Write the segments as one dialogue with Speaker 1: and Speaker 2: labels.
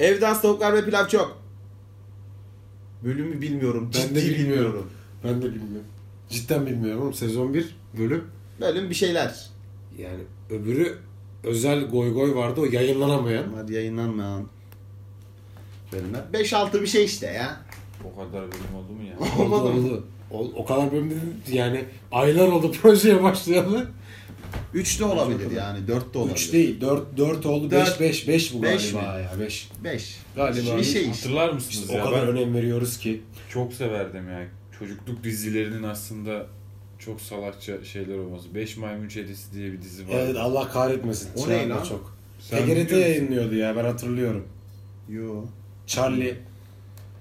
Speaker 1: Evden tavuklar ve pilav çok. Bölümü bilmiyorum.
Speaker 2: Ben
Speaker 1: ciddi
Speaker 2: de bilmiyorum. Ben de bilmiyorum. Cidden bilmiyorum oğlum. Sezon 1 bölüm.
Speaker 1: Bölüm bir şeyler.
Speaker 2: Yani öbürü özel goy goy vardı o yayınlanamayan.
Speaker 1: Hadi yayınlanmayan bölümler. 5-6 bir şey işte ya.
Speaker 3: O kadar bölüm oldu mu ya?
Speaker 2: Oldu
Speaker 1: Olmadı mı?
Speaker 2: oldu. O, o kadar bölüm dedim yani aylar oldu projeye başlayalı.
Speaker 1: 3 de olabilir yani. 4 de olabilir.
Speaker 2: 3 değil 4 4 oldu
Speaker 1: Dört.
Speaker 2: 5 5 5 bu
Speaker 1: Beş
Speaker 2: galiba ya 5.
Speaker 1: 5.
Speaker 2: Galiba.
Speaker 1: Bir şey işte.
Speaker 3: Hatırlar mısınız
Speaker 2: İşte o
Speaker 3: ya?
Speaker 2: kadar
Speaker 3: Ben
Speaker 2: önem veriyoruz ki.
Speaker 3: çok severdim ya. Çocukluk dizilerinin aslında çok salakça şeyler olması. Beş Maymun Çetesi diye bir dizi var.
Speaker 2: Evet Allah kahretmesin.
Speaker 1: O
Speaker 2: Şey
Speaker 1: ne
Speaker 2: yapma
Speaker 1: lan?
Speaker 2: Çok.
Speaker 3: Sen biliyor
Speaker 2: TGRT
Speaker 3: musun?
Speaker 2: yayınlıyordu ya ben hatırlıyorum.
Speaker 1: Yo.
Speaker 2: Charlie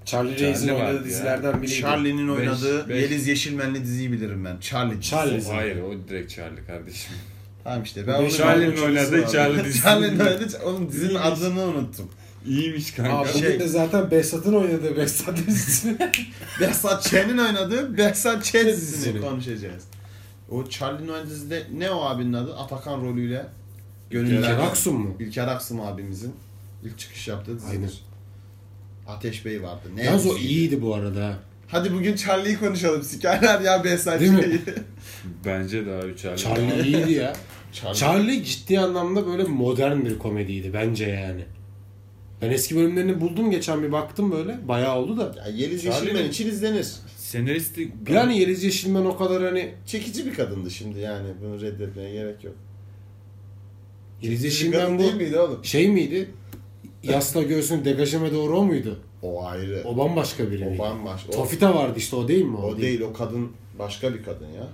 Speaker 2: Charlie,
Speaker 3: Charlie
Speaker 2: Reis'in
Speaker 3: vardı
Speaker 2: oynadığı
Speaker 3: ya.
Speaker 2: dizilerden biriydi.
Speaker 1: Charlie'nin
Speaker 3: Beş,
Speaker 1: oynadığı
Speaker 3: beş.
Speaker 1: Yeliz Yeşilmenli diziyi bilirim ben. Charlie.
Speaker 2: Charlie.
Speaker 3: Hayır o direkt Charlie kardeşim.
Speaker 1: Tamam işte. Ben onu
Speaker 2: Beş
Speaker 1: Charlie.
Speaker 2: Charlie.
Speaker 3: Charlie'nin oynadığı Charlie dizisi.
Speaker 1: Charlie'nin oynadığı onun dizinin adını unuttum.
Speaker 3: İyiymiş kanka.
Speaker 2: Aa,
Speaker 3: Abi,
Speaker 2: bugün
Speaker 1: Şey-
Speaker 2: de zaten Behzat'ın oynadığı Behzat dizisi.
Speaker 1: Behzat Ç'nin oynadığı Behzat Ç dizisini
Speaker 2: Dizisini.
Speaker 1: konuşacağız. O Charlie'nin oynadığı dizide ne o abinin adı? Atakan rolüyle.
Speaker 2: Gönüller
Speaker 1: Gönüller.
Speaker 2: Aksun mu?
Speaker 1: İlker Aksım abimizin ilk çıkış yaptığı
Speaker 2: Aynen.
Speaker 1: dizidir. Ateş Bey vardı. Ne
Speaker 2: Yalnız o
Speaker 1: diziydi?
Speaker 2: iyiydi bu arada. ha.
Speaker 1: Hadi bugün Charlie'yi konuşalım. Sikerler ya Behzat
Speaker 2: Değil mi?
Speaker 1: Ç'yi.
Speaker 3: Bence de abi Charlie.
Speaker 2: Charlie iyiydi ya.
Speaker 1: Charlie.
Speaker 2: Charlie ciddi anlamda böyle modern bir komediydi bence yani. Ben eski bölümlerini buldum geçen bir baktım böyle. Bayağı oldu da.
Speaker 1: Ya Yeliz
Speaker 3: Charlie
Speaker 1: Yeşilmen
Speaker 3: mi?
Speaker 1: için izlenir.
Speaker 3: Senaristi
Speaker 2: Yani Yeliz Yeşilmen o kadar hani
Speaker 1: Çekici bir kadındı şimdi yani. Bunu reddetmeye gerek yok. Çekici
Speaker 2: Yeliz
Speaker 1: bir
Speaker 2: Yeşilmen
Speaker 1: kadın
Speaker 2: bu
Speaker 1: değil miydi oğlum?
Speaker 2: şey miydi? Yasla göğsünü degajeme doğru o muydu?
Speaker 1: O ayrı. O,
Speaker 2: O bambaşka biri miydi?
Speaker 1: bambaşka. O,
Speaker 2: Tofita vardı işte o değil mi?
Speaker 1: o değil. O kadın başka bir kadın ya.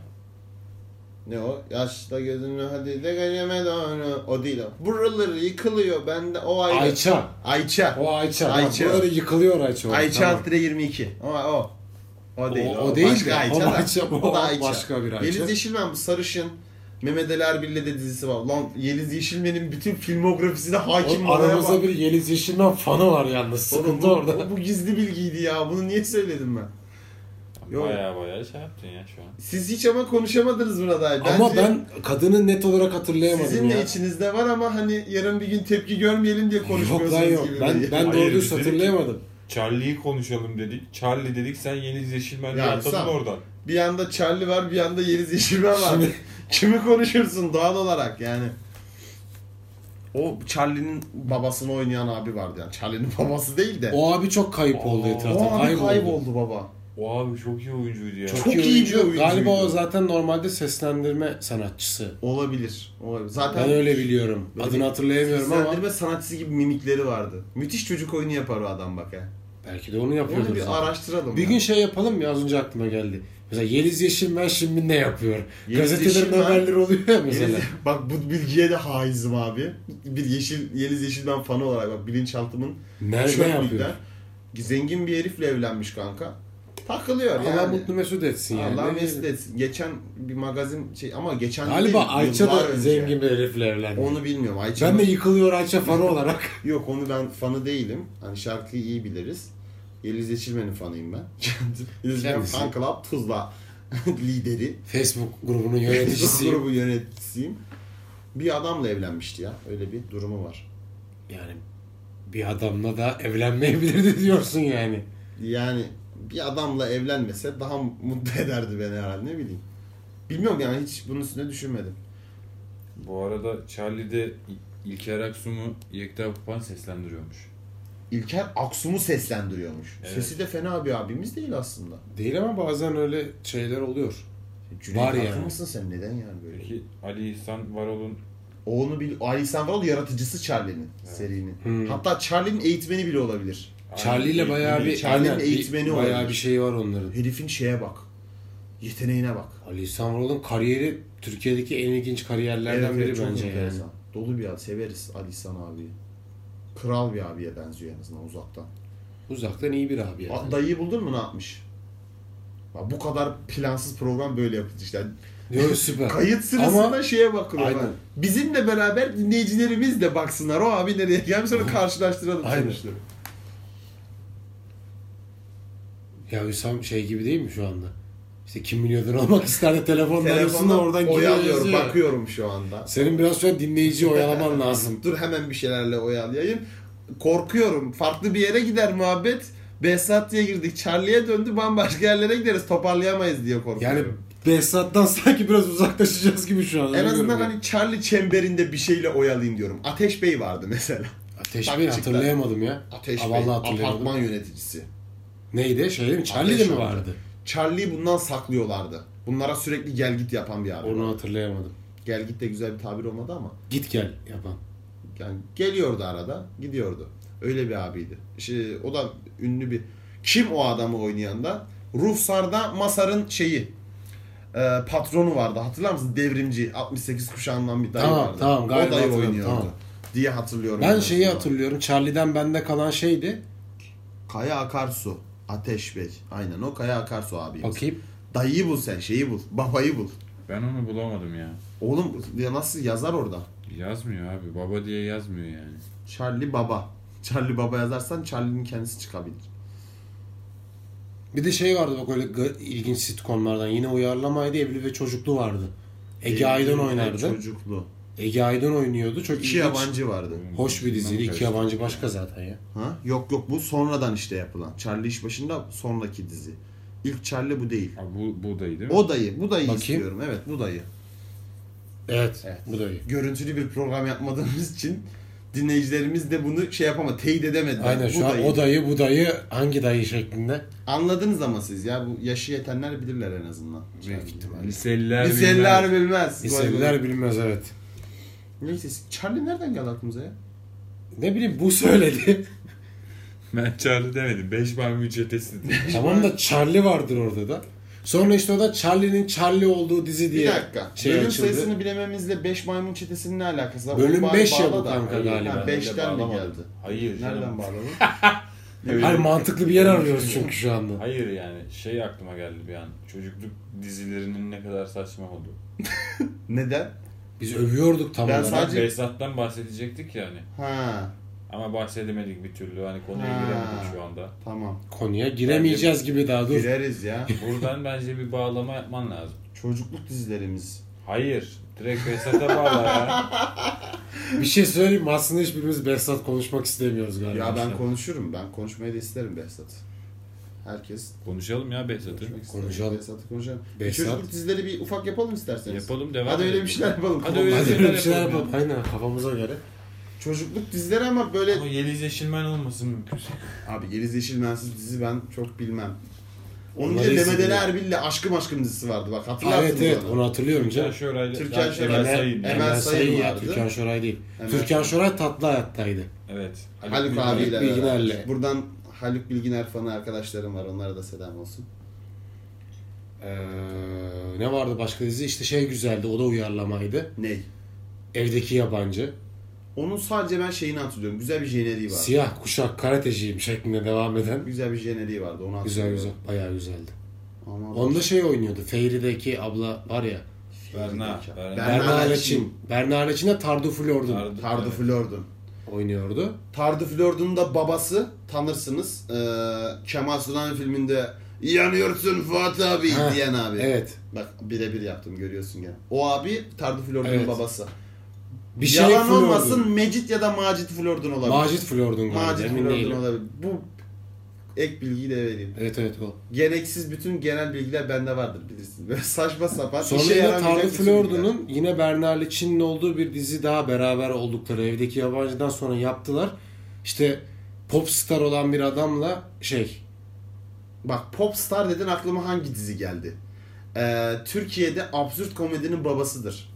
Speaker 1: Ne o? Yaşta gözünü hadi de geleme doğru. O değil o. Buraları yıkılıyor. Ben de o ayrı.
Speaker 2: Ayça.
Speaker 1: Ayça.
Speaker 2: O Ayça.
Speaker 1: Ayça.
Speaker 2: Ayça. Buraları yıkılıyor Ayça. orada,
Speaker 1: Ayça
Speaker 2: tamam.
Speaker 1: alt lira 22. O o. O değil.
Speaker 2: O- o değil
Speaker 1: başka
Speaker 2: de,
Speaker 1: Ayça
Speaker 2: o
Speaker 1: da.
Speaker 2: Ayça, bu
Speaker 1: O da Ayça.
Speaker 2: başka bir Ayça.
Speaker 1: Yeliz Yeşilmen bu sarışın. Mehmet Ali Erbil'le de dizisi var. Lan Yeliz Yeşilmen'in bütün filmografisine hakim
Speaker 2: Oğlum,
Speaker 1: olaya bak.
Speaker 2: aramızda bir Yeliz Yeşilmen fanı var yalnız.
Speaker 1: Oğlum
Speaker 2: Sıkıntı
Speaker 1: bu,
Speaker 2: orada.
Speaker 1: bu, bu gizli bilgiydi ya. Bunu niye söyledim ben? Yok.
Speaker 3: Baya baya şey yaptın ya şu an.
Speaker 1: Siz hiç ama konuşamadınız buna dair.
Speaker 2: Ama
Speaker 1: Bence
Speaker 2: ben kadını net olarak hatırlayamadım
Speaker 1: sizin
Speaker 2: ya.
Speaker 1: de içinizde var ama hani yarın bir gün tepki görmeyelim diye
Speaker 2: Yok
Speaker 1: konuşmuyorsunuz
Speaker 2: lan yok.
Speaker 1: gibi.
Speaker 2: Ben, ben
Speaker 3: Hayır,
Speaker 2: doğru
Speaker 3: biz
Speaker 2: dürüst
Speaker 3: dedik-
Speaker 2: hatırlayamadım.
Speaker 3: Charlie'yi konuşalım dedik. Charlie dedik sen Yeniz Yeşilmen diye
Speaker 1: Yani
Speaker 3: atladın
Speaker 1: sen-
Speaker 3: oradan.
Speaker 1: Bir yanda Charlie var, bir yanda Yeliz Yeşilmen var.
Speaker 2: Şimdi-
Speaker 1: Kimi konuşursun doğal olarak yani. O Charlie'nin babasını oynayan abi vardı yani. Charlie'nin babası değil de.
Speaker 2: O abi çok kayıp oldu
Speaker 3: Aa,
Speaker 2: etrafta.
Speaker 1: O abi
Speaker 2: kayboldu.
Speaker 1: kayboldu baba.
Speaker 3: O abi çok iyi oyuncuydu ya.
Speaker 1: Çok iyi bir oyuncuydu.
Speaker 2: Galiba o zaten normalde seslendirme sanatçısı.
Speaker 1: Olabilir. olabilir. Zaten
Speaker 2: Ben öyle biliyorum.
Speaker 1: Böyle bir
Speaker 2: Adını hatırlayamıyorum ama
Speaker 1: Seslendirme sanatçısı gibi mimikleri vardı. Müthiş çocuk oyunu yapar o adam bak ya.
Speaker 2: belki de onu
Speaker 1: Onu
Speaker 2: yapıyordur.
Speaker 1: bir
Speaker 2: zaten.
Speaker 1: araştıralım.
Speaker 2: Bir
Speaker 1: ya.
Speaker 2: gün şey yapalım ya az önce aklıma geldi. Mesela Yeliz Yeşilmen şimdi ne yapıyor?
Speaker 1: Yeliz
Speaker 2: Gazetelerin
Speaker 1: Yeşilmen-
Speaker 2: haberleri oluyor ya mesela.
Speaker 1: Yeliz- bak bu bilgiye de haizim abi. Bir yeşil Yeliz Yeşil'den fanı olarak bak bilinçaltımın
Speaker 2: Nerede yapıyor?
Speaker 1: çöplükten. Zengin bir herifle evlenmiş kanka. Takılıyor
Speaker 2: Allah
Speaker 1: yani.
Speaker 2: mutlu mesut etsin yani.
Speaker 1: Allah
Speaker 2: Ne
Speaker 1: mesut
Speaker 2: bileyim.
Speaker 1: etsin. Geçen bir magazin şey ama geçen
Speaker 2: Galiba
Speaker 1: değil,
Speaker 2: Ayça
Speaker 1: yıllar
Speaker 2: da
Speaker 1: önce.
Speaker 2: zengin bir herifle evlendi.
Speaker 1: Onu bilmiyorum. Ayça
Speaker 2: Ben de yıkılıyor Ayça fanı olarak.
Speaker 1: Yok onu ben fanı değilim. Hani şarkıyı iyi biliriz. Yeliz Yeşilmen'in fanıyım ben. Yeliz Yeşilmen
Speaker 2: Kendisi.
Speaker 1: Fan Club Tuzla lideri.
Speaker 2: Facebook grubunun
Speaker 1: Bu
Speaker 2: yöneticisi.
Speaker 1: grubu yöneticisiyim. Bir adamla evlenmişti ya. Öyle bir durumu var.
Speaker 2: yani bir adamla da evlenmeyebilirdi diyorsun yani.
Speaker 1: Yani bir adamla evlenmese daha mutlu ederdi beni herhalde ne bileyim. Bilmiyorum yani hiç bunun üstüne düşünmedim.
Speaker 3: Bu arada Charlie'de İ- İlker Aksum'u Yekta Kupan seslendiriyormuş.
Speaker 1: İlker Aksum'u seslendiriyormuş.
Speaker 3: Evet.
Speaker 1: Sesi de fena bir abimiz değil aslında. E,
Speaker 2: Değil ama bazen öyle şeyler oluyor.
Speaker 1: Cüneyt
Speaker 2: Var
Speaker 1: var
Speaker 2: yani.
Speaker 1: mısın sen? Neden yani böyle?
Speaker 3: Peki Ali İhsan Varol'un
Speaker 1: Oğlunu bil... Ali İhsan Varol yaratıcısı Charlie'nin serinin.
Speaker 2: Hmm.
Speaker 1: Hatta Charlie'nin eğitmeni bile olabilir.
Speaker 2: Charlie ile bayağı bir
Speaker 1: Charlie'nin
Speaker 2: aynen, bir-
Speaker 1: eğitmeni
Speaker 2: bayağı
Speaker 1: olabilir.
Speaker 2: bir şey var onların.
Speaker 1: Herifin şeye bak. Yeteneğine bak.
Speaker 2: Ali İhsan Varol'un kariyeri Türkiye'deki en ilginç kariyerlerden
Speaker 1: Evet,
Speaker 2: biri
Speaker 1: evet, çok
Speaker 2: bence yani.
Speaker 1: enteresan. Dolu bir abi. Severiz Ali İhsan abiyi. Kral bir abiye benziyor en azından uzaktan.
Speaker 2: Uzaktan iyi bir abi yani.
Speaker 1: A- Dayıyı buldun mu ne yapmış? Ya bu kadar plansız program böyle yapıldı işte. Yani
Speaker 2: Yo, süper.
Speaker 1: Kayıt sırasında
Speaker 2: Ama-
Speaker 1: şeye bakılıyor.
Speaker 2: Aynen.
Speaker 1: Aynen. Bizimle beraber dinleyicilerimiz de baksınlar. O abi nereye gelmiş sonra karşılaştıralım
Speaker 2: Aynen.
Speaker 1: sonuçları.
Speaker 2: Ya Hüsam şey gibi değil mi şu anda? İşte kim milyoner olmak ister de telefonla arıyorsun da
Speaker 1: Telefonla
Speaker 2: oradan giriyor
Speaker 1: oyalıyorum,
Speaker 2: yazıyor.
Speaker 1: bakıyorum şu anda.
Speaker 2: Senin biraz şöyle dinleyiciyi oyalaman lazım.
Speaker 1: Dur hemen bir şeylerle oyalayayım. korkuyorum. Farklı bir yere gider muhabbet. Behzat diye girdik. Charlie'ye döndü bambaşka yerlere gideriz. Toparlayamayız diye korkuyorum.
Speaker 2: Yani Behzat'tan sanki biraz uzaklaşacağız gibi şu an.
Speaker 1: en
Speaker 2: öyle
Speaker 1: azından
Speaker 2: görünüyor.
Speaker 1: hani Charlie çemberinde bir şeyle oyalayayım diyorum. Ateş Bey vardı mesela.
Speaker 2: Ateş Bey
Speaker 1: Taktikler.
Speaker 2: hatırlayamadım ya.
Speaker 1: Ateş
Speaker 2: Aa,
Speaker 1: Bey
Speaker 2: vallahi hatırlayamadım.
Speaker 1: apartman yöneticisi.
Speaker 2: Neydi? Şey mi? Charlie'de
Speaker 1: Ateş
Speaker 2: mi
Speaker 1: abi.
Speaker 2: vardı?
Speaker 1: Charlie'yi bundan saklıyorlardı. Bunlara sürekli gel git yapan bir abi.
Speaker 2: Onu hatırlayamadım.
Speaker 1: Gel git de güzel bir tabir olmadı ama.
Speaker 2: Git gel yapan.
Speaker 1: Yani geliyordu arada, gidiyordu. Öyle bir abiydi. İşte o da ünlü bir... Kim o adamı oynayan da? Ruhsar'da Masar'ın şeyi, e, patronu vardı. Hatırlar mısın? Devrimci, 68 kuşağından bir dayı
Speaker 2: Tamam,
Speaker 1: vardı.
Speaker 2: tamam,
Speaker 1: o
Speaker 2: galiba
Speaker 1: dayı
Speaker 2: hatırladım,
Speaker 1: oynuyordu.
Speaker 2: tamam.
Speaker 1: Diye hatırlıyorum.
Speaker 2: Ben şeyi
Speaker 1: aslında.
Speaker 2: hatırlıyorum. Charlie'den bende kalan şeydi.
Speaker 1: Kaya Akarsu, Ateş Bey. Aynen o Kaya Akarsu abimiz.
Speaker 2: Bakayım.
Speaker 1: Dayıyı bul sen, şeyi bul, babayı bul.
Speaker 3: Ben onu bulamadım ya.
Speaker 1: Oğlum ya nasıl yazar orada?
Speaker 3: Yazmıyor abi. Baba diye yazmıyor yani.
Speaker 1: Charlie Baba. Charlie Baba yazarsan Charlie'nin kendisi çıkabilir.
Speaker 2: Bir de şey vardı bak öyle ga- ilginç sitcomlardan. Yine uyarlamaydı. Evli ve Çocuklu vardı. Ege Aydın oynardı.
Speaker 1: Çocuklu.
Speaker 2: Ege Aydın oynuyordu. Çok
Speaker 1: İki
Speaker 2: ilginç.
Speaker 1: yabancı vardı.
Speaker 2: Hoş bir diziydi. İki yabancı başka zaten ya.
Speaker 1: Ha? Yok yok bu sonradan işte yapılan. Charlie iş başında sonraki dizi. İlk Charlie bu değil.
Speaker 3: Abi bu, bu dayı değil mi?
Speaker 1: O dayı. Bu dayı
Speaker 2: Bakayım.
Speaker 1: istiyorum. Evet bu dayı.
Speaker 2: Evet. Bu da iyi.
Speaker 1: Görüntülü bir program yapmadığımız için dinleyicilerimiz de bunu şey yapama teyit edemediler.
Speaker 2: Aynen
Speaker 1: Bu
Speaker 2: şu an
Speaker 1: dayı.
Speaker 2: o dayı bu dayı hangi dayı şeklinde.
Speaker 1: Anladınız ama siz ya bu yaşı yetenler bilirler en azından.
Speaker 2: Büyük ihtimalle.
Speaker 3: Liseliler
Speaker 1: Liseliler
Speaker 3: bilmez.
Speaker 1: bilmez. Goy
Speaker 2: İsimler bilmez evet.
Speaker 1: goy. Neyse Charlie nereden geldi aklımıza ya?
Speaker 2: Ne bileyim bu söyledi.
Speaker 3: Ben Charlie demedim. Beş maymun çetesi dedim.
Speaker 2: tamam da Charlie vardır orada da. Sonra işte o da Charlie'nin Charlie olduğu dizi
Speaker 1: Bir
Speaker 2: diye
Speaker 1: dakika.
Speaker 2: şey
Speaker 1: Bölüm
Speaker 2: açıldı.
Speaker 1: sayısını bilememizle 5 maymun çetesinin ne alakası var?
Speaker 2: Bölüm
Speaker 1: Onu
Speaker 2: beş
Speaker 1: bağla
Speaker 2: ya bu
Speaker 1: da.
Speaker 2: kanka galiba.
Speaker 1: Ha, Beşten mi
Speaker 3: Bağlamadım.
Speaker 1: geldi?
Speaker 3: Hayır.
Speaker 1: Nereden
Speaker 3: canım.
Speaker 1: bağladın?
Speaker 2: Hayır mantıklı bir yer arıyoruz çünkü şu anda.
Speaker 3: Hayır yani şey aklıma geldi bir an. Çocukluk dizilerinin ne kadar saçma olduğu.
Speaker 1: Neden?
Speaker 2: Biz övüyorduk tam
Speaker 1: Ben
Speaker 2: olarak.
Speaker 1: sadece-
Speaker 3: Behzat'tan bahsedecektik hani. yani.
Speaker 1: Ha,
Speaker 3: Ama bahsedemedik bir türlü. Hani konuya
Speaker 1: Ha.
Speaker 3: giremedik şu anda.
Speaker 1: tamam.
Speaker 2: Konuya giremeyeceğiz gibi daha dur.
Speaker 1: Gireriz ya.
Speaker 3: Buradan bence bir bağlama yapman lazım.
Speaker 1: Çocukluk dizilerimiz.
Speaker 3: Hayır. Direkt Behzat'a bağla ya.
Speaker 2: Bir şey söyleyeyim mi? Aslında hiçbirimiz Behzat konuşmak istemiyoruz galiba. Şey-
Speaker 1: Ya ben konuşurum. Ben konuşmayı da isterim Behzat. Herkes
Speaker 3: Konuşalım ya Behzat'ı.
Speaker 1: konuşmak ister.
Speaker 2: Konuşalım.
Speaker 1: Behzat'ı konuşalım. Bir
Speaker 2: Behzat.
Speaker 1: Çocukluk dizileri bir ufak yapalım isterseniz.
Speaker 3: Yapalım devam
Speaker 1: Hadi öyle
Speaker 3: edelim.
Speaker 1: bir şeyler yapalım.
Speaker 3: Hadi öyle
Speaker 2: Hadi öyle bir şeyler
Speaker 3: yapalım
Speaker 2: yapalım. Aynen kafamıza göre.
Speaker 1: Çocukluk dizileri ama böyle...
Speaker 3: Ama Yeliz Yeşilmen olmasın mümkünse.
Speaker 1: Abi Yeliz Yeşilmensiz dizi ben çok bilmem. Onun
Speaker 2: Onları
Speaker 1: için Mehmet
Speaker 2: izledim
Speaker 1: Ali
Speaker 2: ya.
Speaker 1: Erbil'le Aşkım Aşkım dizisi vardı bak hatırlarsınız
Speaker 2: Evet evet
Speaker 1: onu.
Speaker 2: onu hatırlıyorum canım.
Speaker 3: Türkan Şoray'la.
Speaker 1: Türkan Şoray.
Speaker 3: Şoray
Speaker 1: Emel-
Speaker 3: Sayın.
Speaker 1: Emel
Speaker 2: Emel
Speaker 1: Sayın
Speaker 2: Sayın ya
Speaker 1: vardı.
Speaker 2: Türkan Şoray değil.
Speaker 1: Emel
Speaker 2: Türkan Şoray tatlı hayattaydı.
Speaker 3: Evet.
Speaker 1: Haluk
Speaker 3: Bilginer.
Speaker 1: abiyle
Speaker 2: Bilginer'le.
Speaker 1: beraber. Buradan Haluk Bilginer fanı arkadaşlarım var. Onlara da selam olsun.
Speaker 2: Ee, ne vardı başka dizi? İşte şey güzeldi. O da uyarlamaydı.
Speaker 1: Ney?
Speaker 2: Evdeki yabancı.
Speaker 1: Onun sadece ben şeyini hatırlıyorum. Güzel bir jeneriği vardı.
Speaker 2: Siyah kuşak karateciyim şeklinde devam eden.
Speaker 1: Güzel bir jeneriği vardı. Onu
Speaker 2: Güzel
Speaker 1: hatırlıyorum.
Speaker 2: güzel. Bayağı güzeldi.
Speaker 1: Ama
Speaker 2: Onda şey oynuyordu. Feyri'deki abla var ya.
Speaker 3: Berna.
Speaker 1: Berna.
Speaker 3: Berna.
Speaker 2: Berna
Speaker 1: Leçin.
Speaker 2: Leçin. Berna Leçin'e Tardu Flord'un
Speaker 3: Tardı-
Speaker 1: Tardı
Speaker 3: evet.
Speaker 1: Flord'un.
Speaker 2: oynuyordu.
Speaker 1: Tardı Flord'un da babası tanırsınız. Ee, Kemal Sunal filminde yanıyorsun Fuat abi
Speaker 2: Ha,
Speaker 1: diyen abi.
Speaker 2: Evet.
Speaker 1: Bak birebir yaptım görüyorsun gene. O abi Tardı Flord'un
Speaker 2: Evet.
Speaker 1: babası.
Speaker 2: Bir şey
Speaker 1: Yalan
Speaker 2: Flord'un.
Speaker 1: olmasın Mecit ya da Macit Flord'un olabilir.
Speaker 2: Macit Flord'un galiba.
Speaker 1: Macit
Speaker 2: emin
Speaker 1: Flord'un
Speaker 2: değilim.
Speaker 1: olabilir. Bu ek bilgiyi de vereyim.
Speaker 2: Evet evet o.
Speaker 1: Gereksiz bütün genel bilgiler bende vardır bilirsin. Böyle saçma sapan
Speaker 2: Sonra
Speaker 1: işe
Speaker 2: yine
Speaker 1: yaramayacak
Speaker 2: şey Tanrı
Speaker 1: bütün bilgiler.
Speaker 2: Flordun'un yine Bernar'la Çin'in olduğu bir dizi daha beraber oldukları evdeki yabancıdan sonra yaptılar. İşte popstar olan bir adamla şey
Speaker 1: Bak Popstar dedin aklıma hangi dizi geldi? Ee, Türkiye'de absürt komedinin babasıdır.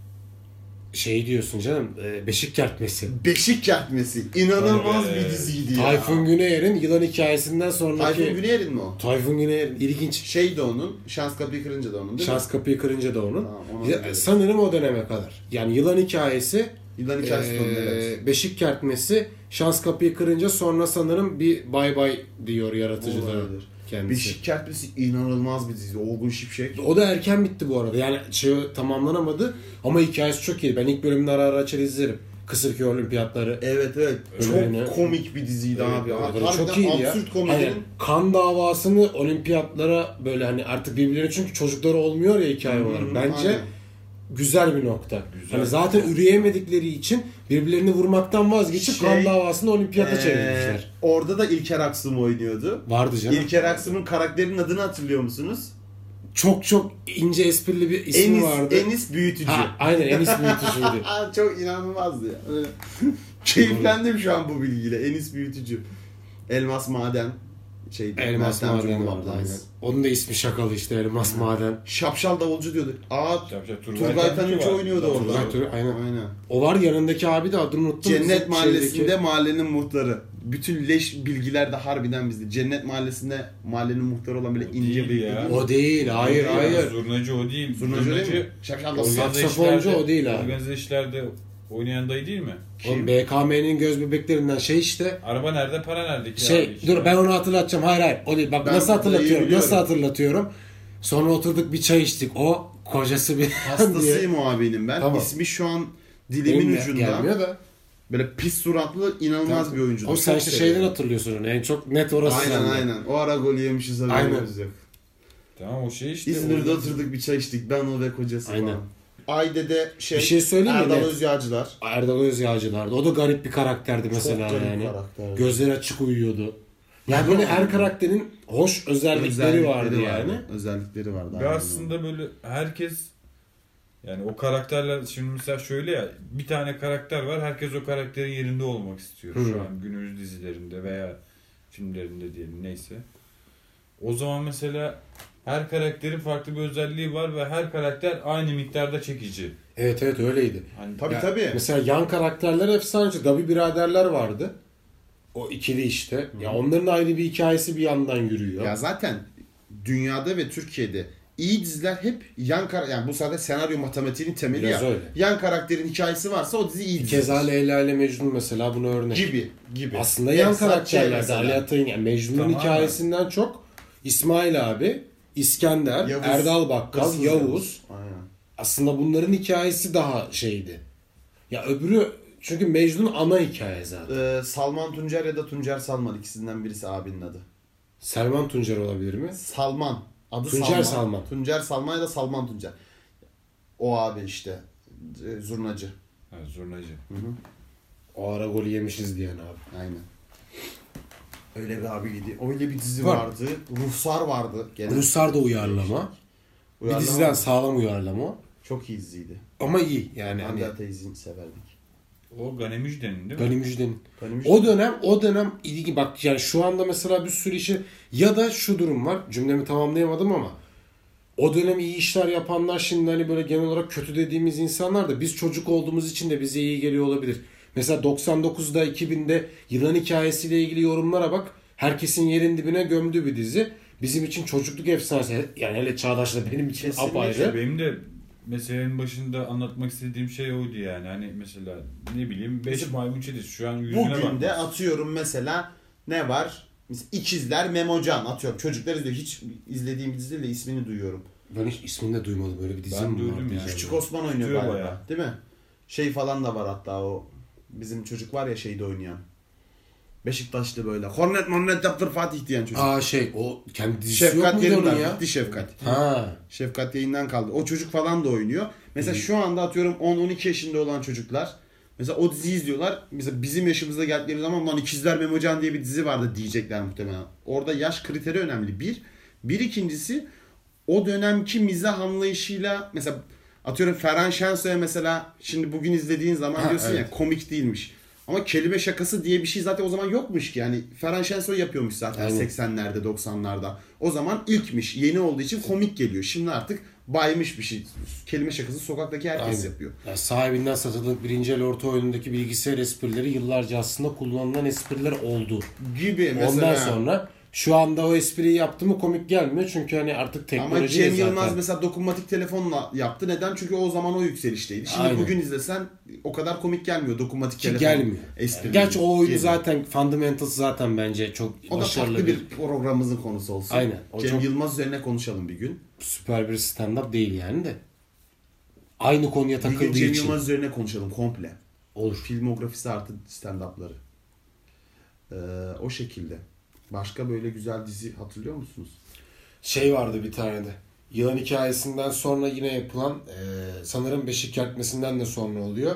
Speaker 2: şey diyorsun canım e, beşik kertmesi.
Speaker 1: Beşik kertmesi. inanılmaz
Speaker 3: Tabii.
Speaker 1: bir diziydi ya.
Speaker 2: Tayfun Güneyer'in yılan hikayesinden sonraki
Speaker 1: Tayfun
Speaker 2: Tayfun,
Speaker 1: Güneyer'in mi o?
Speaker 2: Güneyer'in ilginç
Speaker 1: Şey de onun. Şans kapıyı kırınca da onun değil mi?
Speaker 2: şans kapıyı kırınca da onun.
Speaker 1: Tamam, onu
Speaker 2: Ya,
Speaker 1: biliyorum.
Speaker 2: sanırım o döneme kadar. Yani yılan hikayesi
Speaker 1: Yılan hikayesi de onun, evet.
Speaker 2: e, beşik kertmesi şans kapıyı kırınca sonra sanırım bir bay bay diyor yaratıcılara
Speaker 1: Olabilir. şey
Speaker 2: kendisi.
Speaker 1: Beşik kertmesi inanılmaz bir dizi. Olgun Şipşek.
Speaker 2: O da erken bitti bu arada. Yani şey tamamlanamadı ama hikayesi çok iyi. Ben ilk bölümünü ara ara açar izlerim. Kısırköy Olimpiyatları.
Speaker 1: Evet evet. Çok
Speaker 2: Öyle.
Speaker 1: komik bir diziydi abi.
Speaker 2: Böyle
Speaker 1: Harbiden
Speaker 2: çok iyiydi ya.
Speaker 1: absürt
Speaker 2: Hani
Speaker 1: komedinin
Speaker 2: kan davasını olimpiyatlara böyle hani artık birbirleri çünkü çocukları olmuyor ya hikaye olarak.
Speaker 1: hı,
Speaker 2: Bence
Speaker 1: aynen.
Speaker 2: güzel bir nokta.
Speaker 3: Güzel.
Speaker 2: Hani zaten üreyemedikleri için birbirlerini vurmaktan vazgeçip
Speaker 1: Şey,
Speaker 2: kan davasını olimpiyata
Speaker 1: Ee,
Speaker 2: çevirmişler.
Speaker 1: orada da İlker Aksum oynuyordu.
Speaker 2: Vardı canım.
Speaker 1: İlker Aksum'un karakterinin adını hatırlıyor musunuz?
Speaker 2: Çok çok ince esprili bir ismi
Speaker 1: Enis,
Speaker 2: vardı.
Speaker 1: Enis Büyütücü.
Speaker 2: Ha, aynen Enis büyütücüydü.
Speaker 1: Aa, Çok inanılmazdı ya. Öyle. Keyiflendim şu an bu bilgiyle. Enis Büyütücü. Elmas Maden. Şey, Şeydi.
Speaker 2: Elmas
Speaker 1: Meltem
Speaker 2: Maden
Speaker 1: Cumhur
Speaker 2: vardı
Speaker 1: abla.
Speaker 2: aynen. Onun da ismi şakalı işte Elmas Maden.
Speaker 1: Şapşal davulcu diyordu. Aa
Speaker 3: Turgay,
Speaker 1: Turgay Tanınçı oynuyordu orada.
Speaker 2: Turgay Tanrıç, aynen.
Speaker 1: Aynen.
Speaker 2: O var yanındaki abi de adını unuttum.
Speaker 1: Cennet
Speaker 2: Bizim
Speaker 1: Mahallesi'nde
Speaker 2: şeydeki-
Speaker 1: mahallenin muhtarı. Bütün leş bilgiler de harbiden bizde. Cennet Mahallesi'nde mahallenin muhtarı olan böyle
Speaker 3: O
Speaker 1: ince
Speaker 3: değil
Speaker 1: bir
Speaker 3: ya.
Speaker 1: bilgi.
Speaker 2: O değil hayır
Speaker 1: O değil
Speaker 2: hayır.
Speaker 3: Zurnacı o değil.
Speaker 1: Zurnacı değil mi? Şapşal davulcu.
Speaker 3: organize
Speaker 2: Saksafoncu
Speaker 3: işlerde-
Speaker 2: o değil abi.
Speaker 3: Organize işlerde oynayan dayı değil mi?
Speaker 1: Şey,
Speaker 2: Oğlum BKM'nin göz bebeklerinden şey işte.
Speaker 3: Araba nerede para nerede? ki abi
Speaker 2: Şey
Speaker 3: işte.
Speaker 2: dur ben onu hatırlatacağım. Hayır hayır. O değil. Bak
Speaker 1: Ben
Speaker 2: nasıl
Speaker 1: bunu iyi
Speaker 2: hatırlatıyorum.
Speaker 1: biliyorum.
Speaker 2: Nasıl hatırlatıyorum. Sonra oturduk bir çay içtik. O kocası bir
Speaker 1: Hastasıyım o abinin ben.
Speaker 2: Tamam.
Speaker 1: İsmi şu an
Speaker 2: Benim
Speaker 1: dilimin
Speaker 2: de
Speaker 1: ucunda.
Speaker 2: Gelmiyor da.
Speaker 1: Böyle pis suratlı inanılmaz bir oyuncu.
Speaker 2: O sen işte şeyden hatırlıyorsun onu. En çok net orası.
Speaker 1: Aynen
Speaker 2: sende.
Speaker 1: aynen. O ara gol yemişiz haberimiz yok.
Speaker 3: Tamam o şey işte.
Speaker 1: İzmir'de
Speaker 3: o-
Speaker 1: oturduk bir çay içtik. Ben o ve kocası
Speaker 2: Aynen.
Speaker 1: falan. Ayde'de şey,
Speaker 2: Bir şey söyleyeyim mi?
Speaker 1: Erdal
Speaker 2: Ne?
Speaker 1: Özyağcılar.
Speaker 2: Erdal Özyağcılar'dı. O da garip bir karakterdi mesela
Speaker 1: garip
Speaker 2: yani.
Speaker 1: karakter.
Speaker 2: Gözleri açık uyuyordu. Yani böyle her karakterin hoş özellikleri, vardı yani.
Speaker 1: Özellikleri vardı.
Speaker 3: Ve
Speaker 1: aynen.
Speaker 3: aslında böyle herkes yani o karakterler şimdi mesela şöyle ya bir tane karakter var herkes o karakterin yerinde olmak istiyor
Speaker 2: Hı.
Speaker 3: şu an günümüz dizilerinde veya filmlerinde diyelim neyse. O zaman mesela her karakterin farklı bir özelliği var ve her karakter aynı miktarda çekici.
Speaker 2: Evet evet öyleydi.
Speaker 3: Hani
Speaker 1: Tabii
Speaker 2: Ya,
Speaker 1: tabii.
Speaker 2: Mesela yan karakterler efsaneci. Dabi biraderler vardı. O ikili işte. Ya onların ayrı bir hikayesi bir yandan yürüyor.
Speaker 1: Ya zaten dünyada ve Türkiye'de iyi diziler hep yan kar yani bu sadece senaryo matematiğinin temeli
Speaker 2: Biraz
Speaker 1: ya.
Speaker 2: öyle.
Speaker 1: Yan karakterin hikayesi varsa o dizi iyi dizi.
Speaker 2: Keza Leyla ile Mecnun mesela bunu örnek.
Speaker 1: gibi gibi.
Speaker 2: Aslında yan
Speaker 1: Efsane şey
Speaker 2: karakterlerde
Speaker 1: mesela.
Speaker 2: Ali Atay'ın yani Mecnun'un
Speaker 3: Tamamen.
Speaker 2: hikayesinden çok İsmail abi, İskender,
Speaker 1: Yavuz.
Speaker 2: Erdal Bakkal,
Speaker 1: Hırsız
Speaker 2: Yavuz.
Speaker 1: Aynen.
Speaker 2: Aslında bunların hikayesi daha şeydi. Ya öbürü çünkü Mecnun ana hikaye zaten.
Speaker 1: Ee, Salman Tuncer ya da Tuncer Salman ikisinden birisi abinin adı.
Speaker 2: Selman Tuncer olabilir mi?
Speaker 1: Salman. Adı
Speaker 2: Tuncer
Speaker 1: Salman.
Speaker 2: Salman.
Speaker 1: Tuncer Salman ya da Salman Tuncer. O abi işte. e, Zurnacı.
Speaker 3: Ha, zurnacı.
Speaker 2: O ara golü yemişiz diyen abi.
Speaker 1: Aynen. Öyle bir abi gidiyor. Öyle bir dizi
Speaker 2: Var.
Speaker 1: vardı. Ruhsar vardı. Gene.
Speaker 2: Ruslar da uyarlama.
Speaker 1: Uyarlama.
Speaker 2: Bir diziden sağlam uyarlama.
Speaker 1: Çok iyi diziydi.
Speaker 2: Ama iyi yani.
Speaker 1: Hande
Speaker 2: Hani,
Speaker 1: Ateyiz'i severdik.
Speaker 3: O Gane Müjde'nin değil mi?
Speaker 2: Gani Müjde'nin.
Speaker 1: Benim
Speaker 2: O dönem o dönem ilgi bak yani şu anda mesela bir sürü işi ya da şu durum var cümlemi tamamlayamadım ama o dönem iyi işler yapanlar şimdi hani böyle genel olarak kötü dediğimiz insanlar da biz çocuk olduğumuz için de bize iyi geliyor olabilir. Mesela 99'da 2000'de yılan hikayesiyle ilgili yorumlara bak. Herkesin yerin dibine gömdüğü bir dizi. Bizim için çocukluk efsanesi. Yani hele Çağdaş'la benim için
Speaker 1: Kesinlikle.
Speaker 3: İşte
Speaker 2: apayrı.
Speaker 3: benim de meselenin başında anlatmak istediğim şey oydu yani. Hani mesela ne bileyim 5 maymun çetesi şu an yüzüne
Speaker 1: Bugün de
Speaker 3: bakmaz.
Speaker 1: atıyorum mesela ne var? Mesela İkizler Memocan atıyorum. Çocuklar izliyor. Hiç izlediğim bir dizi de ismini duyuyorum.
Speaker 2: Ben hiç ismini de duymadım. Böyle bir dizi
Speaker 3: Ben
Speaker 2: mi
Speaker 3: duydum
Speaker 2: vardı
Speaker 3: yani.
Speaker 2: ya?
Speaker 1: Küçük Osman oynuyor
Speaker 3: Tutuyor
Speaker 1: galiba.
Speaker 3: bayağı.
Speaker 1: Değil mi? Şey falan da var hatta o. Bizim çocuk var ya şeyde oynayan. Beşiktaşlı böyle. Hornet mornet yaptır Fatih diyen çocuk.
Speaker 2: Aa şey o kendi dizisi yok
Speaker 1: Şefkat
Speaker 2: muydu onun
Speaker 1: yerinden
Speaker 2: ya?
Speaker 1: gitti Şefkat.
Speaker 2: Ha.
Speaker 1: Şefkat yayından kaldı. O çocuk falan da oynuyor. Mesela şu anda atıyorum 10-12 yaşında olan çocuklar. Mesela o diziyi izliyorlar. Mesela bizim yaşımıza geldikleri zaman lan İkizler Memocan diye bir dizi vardı diyecekler muhtemelen. Orada yaş kriteri önemli bir. Bir ikincisi o dönemki mizah anlayışıyla mesela atıyorum Ferhan Şensoy'a mesela şimdi bugün izlediğin zaman
Speaker 2: Ha,
Speaker 1: diyorsun ya
Speaker 2: evet.
Speaker 1: komik değilmiş. Ama kelime şakası diye bir şey zaten o zaman yokmuş ki. Yani Ferhan Şensoy yapıyormuş zaten
Speaker 2: Aynen.
Speaker 1: 80'lerde 90'larda. O zaman ilkmiş. Yeni olduğu için komik geliyor. Şimdi artık baymış bir şey. Kelime şakası sokaktaki herkes
Speaker 2: Aynen.
Speaker 1: yapıyor.
Speaker 2: Ya sahibinden satılık birinci el orta oyunundaki bilgisayar esprileri yıllarca aslında kullanılan espriler oldu.
Speaker 1: Gibi mesela.
Speaker 2: Ondan sonra şu anda o espriyi yaptı mı komik gelmiyor çünkü hani artık
Speaker 1: ama
Speaker 2: teknoloji
Speaker 1: Cem
Speaker 2: de
Speaker 1: Yılmaz
Speaker 2: zaten.
Speaker 1: mesela dokunmatik telefonla yaptı. Neden? Çünkü o zaman o yükselişteydi. Şimdi
Speaker 2: Aynen.
Speaker 1: bugün izlesen o kadar komik gelmiyor dokunmatik
Speaker 2: Ki
Speaker 1: telefon.
Speaker 2: gelmiyor.
Speaker 1: Espri.
Speaker 2: Gerçi o oyunu
Speaker 1: Geliyor.
Speaker 2: zaten fundamentals zaten bence çok
Speaker 1: O da
Speaker 2: başarılı
Speaker 1: farklı
Speaker 2: bir,
Speaker 1: bir programımızın konusu olsun.
Speaker 2: Aynen. O
Speaker 1: Cem
Speaker 2: çok-
Speaker 1: Yılmaz üzerine konuşalım bir gün.
Speaker 2: süper bir stand up değil yani de. Aynı konuya
Speaker 1: Bir gün
Speaker 2: takıldığı
Speaker 1: Cem
Speaker 2: için.
Speaker 1: Yılmaz üzerine konuşalım komple.
Speaker 2: Olur.
Speaker 1: Filmografisi artı stand-up'ları. Ee, o şekilde. Başka böyle güzel dizi hatırlıyor musunuz?
Speaker 2: Şey vardı bir tane de. Yılan hikayesinden sonra yine yapılan e, sanırım Beşik Yakmesi'nden de sonra oluyor.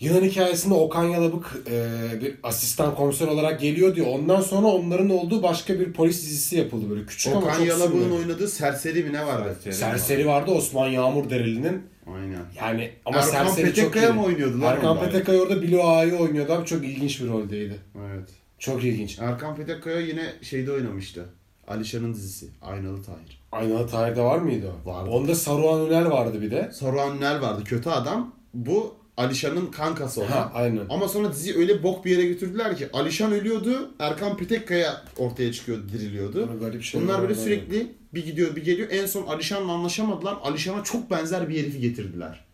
Speaker 2: Yılan hikayesinde Okan Yalabık e, bir asistan komiser olarak geliyor diyor. Ondan sonra onların olduğu başka bir polis dizisi yapıldı böyle küçük ama
Speaker 1: Okan
Speaker 2: çok
Speaker 1: Yalabık'ın
Speaker 2: sürmedi.
Speaker 1: oynadığı Serseri mi ne vardı?
Speaker 3: Serseri.
Speaker 2: Serseri vardı Osman Yağmur Dereli'nin.
Speaker 1: Aynen.
Speaker 2: Yani ama
Speaker 1: Erkan
Speaker 2: Serseri çok
Speaker 1: Petekkaya
Speaker 2: iyi.
Speaker 1: mı oynuyordu lan
Speaker 2: Erkan
Speaker 1: orada?
Speaker 2: Petekkaya orada Bilo Ağa'yı oynuyordu abi. Çok ilginç bir roldeydi.
Speaker 1: Evet.
Speaker 2: Çok ilginç.
Speaker 1: Erkan Petekkaya yine şeyde oynamıştı. Alişan'ın dizisi. Aynalı Tahir.
Speaker 2: Aynalı Tahir'de var mıydı o?
Speaker 1: Vardı.
Speaker 2: Onda Saruhan Üner vardı bir de.
Speaker 1: Saruhan Ünal vardı. Kötü adam. Bu Alişan'ın kankası olan.
Speaker 2: Ha, aynen.
Speaker 1: Ama sonra diziyi öyle bok bir yere götürdüler ki Alişan ölüyordu. Erkan Petekkaya ortaya çıkıyordu, diriliyordu.
Speaker 2: Böyle garip şeyler
Speaker 1: Bunlar böyle
Speaker 2: var,
Speaker 1: sürekli bir gidiyor bir geliyor. En son Alişan'la anlaşamadılar. Alişan'a çok benzer bir herifi getirdiler.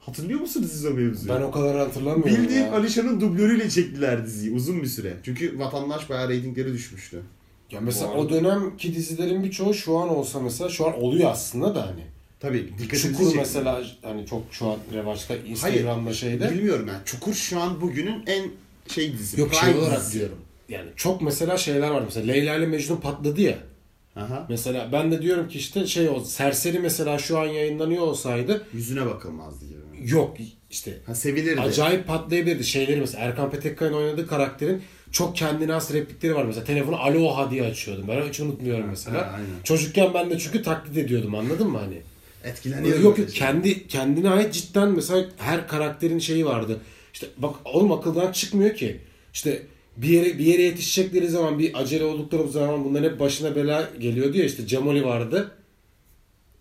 Speaker 1: Hatırlıyor musunuz siz o mevzuyu?
Speaker 2: Ben o kadar hatırlamıyorum
Speaker 1: Bildiğin
Speaker 2: ya.
Speaker 1: Alişan'ın dublörüyle çektiler diziyi uzun bir süre. Çünkü vatandaş bayağı reytingleri düşmüştü.
Speaker 2: Ya mesela
Speaker 3: Bu arada-
Speaker 2: o dönemki dizilerin birçoğu şu an olsa mesela şu an oluyor aslında da hani.
Speaker 1: Tabii dikkatinizi
Speaker 2: Çukur
Speaker 1: çekti.
Speaker 2: mesela hani çok şu an revaçta Instagram'da şeyde.
Speaker 1: Bilmiyorum ben. Çukur şu an bugünün en şey dizisi.
Speaker 2: Yok
Speaker 1: prime
Speaker 2: şey olarak
Speaker 1: dizisi.
Speaker 2: diyorum. Yani çok mesela şeyler var mesela Leyla ile Mecnun patladı ya.
Speaker 1: Aha.
Speaker 2: Mesela ben de diyorum ki işte şey o serseri mesela şu an yayınlanıyor olsaydı
Speaker 1: Yüzüne bakılmazdı gibi.
Speaker 2: yok işte
Speaker 1: Ha sevilirdi.
Speaker 2: acayip patlayabilirdi şeyleri mesela Erkan Petekkaya'nın oynadığı karakterin çok kendine has replikleri var mesela telefonu aloha diye açıyordum ben hiç unutmuyorum mesela
Speaker 1: ha, aynen.
Speaker 2: çocukken ben de çünkü taklit ediyordum anladın mı hani
Speaker 1: Etkileniyor. şey.
Speaker 2: yok yok
Speaker 1: böylece.
Speaker 2: kendi kendine ait cidden mesela her karakterin şeyi vardı. İşte bak oğlum akıldan çıkmıyor ki. İşte bir yere bir yere yetişecekleri zaman bir acele oldukları zaman bunların hep başına bela geliyor diyor işte Cemoli vardı.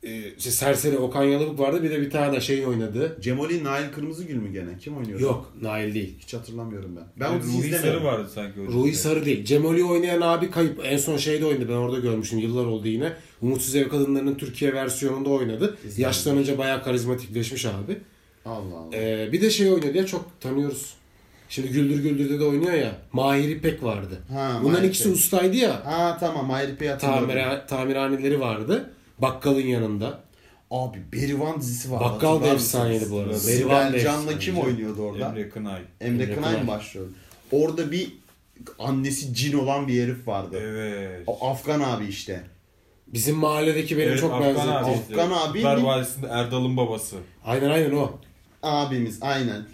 Speaker 2: Ee, işte Serseri Okan Yalabık vardı bir de bir tane de şeyin oynadı.
Speaker 1: Cemoli Nail Kırmızıgül mü gene? Kim oynuyordu?
Speaker 2: Yok Nail değil.
Speaker 1: Hiç hatırlamıyorum ben. Ben o diziyi
Speaker 3: Ee, Ruhi
Speaker 1: izlemedim.
Speaker 3: Sarı vardı sanki. o
Speaker 2: Ruhi
Speaker 3: dizide.
Speaker 2: Sarı değil. Cemoli oynayan abi kayıp. En son şeyde oynadı. Ben orada görmüştüm. Yıllar oldu yine. Umutsuz Ev Kadınları'nın Türkiye versiyonunda oynadı.
Speaker 1: İzlemedim.
Speaker 2: Yaşlanınca bayağı karizmatikleşmiş abi.
Speaker 1: Allah Allah.
Speaker 2: Ee, bir de şey oynuyor diye çok tanıyoruz. Şimdi Güldür Güldür'de de oynuyor ya. Mahir İpek vardı.
Speaker 1: Ha,
Speaker 2: Bunların
Speaker 1: Mahir
Speaker 2: ikisi
Speaker 1: İpek.
Speaker 2: ustaydı ya.
Speaker 1: Ha tamam Mahir İpek'i hatırladım.
Speaker 2: Tamire, tamirhaneleri vardı. Bakkalın yanında.
Speaker 1: Abi Berivan dizisi vardı.
Speaker 2: Bakkal da
Speaker 1: hatırlar mısınız?
Speaker 2: efsaneydi bu arada. Berivan da
Speaker 1: Sibel Can'la
Speaker 2: efsane.
Speaker 1: kim oynuyordu orada?
Speaker 3: Emre Kınay.
Speaker 1: Emre
Speaker 2: Emre
Speaker 1: Kınay mı
Speaker 2: Kınay.
Speaker 1: başrol? Orada bir annesi cin olan bir herif vardı.
Speaker 3: Evet.
Speaker 1: O Afgan abi işte.
Speaker 2: Bizim mahalledeki benim
Speaker 3: Evet,
Speaker 2: çok
Speaker 3: Afgan
Speaker 2: benzettiğim.
Speaker 3: abi işte.
Speaker 1: Afgan abi
Speaker 3: Kurtlar
Speaker 1: mi?
Speaker 3: Vadisi'nde Erdal'ın babası.
Speaker 2: Aynen aynen o.
Speaker 1: Abimiz aynen.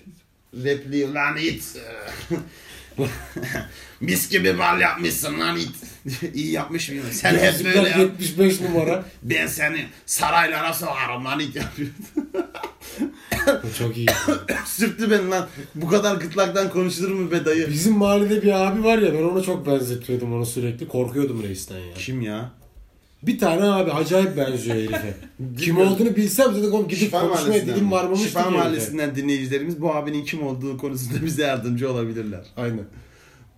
Speaker 1: Repli lan it. Mis gibi bal yapmışsın lan it. İyi yapmış mıyım? Sen hep böyle
Speaker 2: Gözlükler
Speaker 1: yap.
Speaker 2: 75 numara.
Speaker 1: Ben seni saraylara sokarım lan it yapıyordu.
Speaker 2: çok iyi.
Speaker 1: Sürttü beni lan. Bu kadar gırtlaktan konuşulur mu be dayı?
Speaker 2: Bizim mahallede bir abi var ya ben ona çok benzetiyordum onu sürekli. Korkuyordum reisten ya.
Speaker 1: Kim ya?
Speaker 2: Bir tane abi acayip benziyor herife. Kim olduğunu bilsem zaten oğlum gidip
Speaker 1: Şifa
Speaker 2: konuşmaya
Speaker 1: Mahallesi'nden,
Speaker 2: dilim varmamıştı.
Speaker 1: Şifa
Speaker 2: ki herife.
Speaker 1: Mahallesi'nden dinleyicilerimiz bu abinin kim olduğu konusunda bize yardımcı olabilirler.
Speaker 2: Aynen.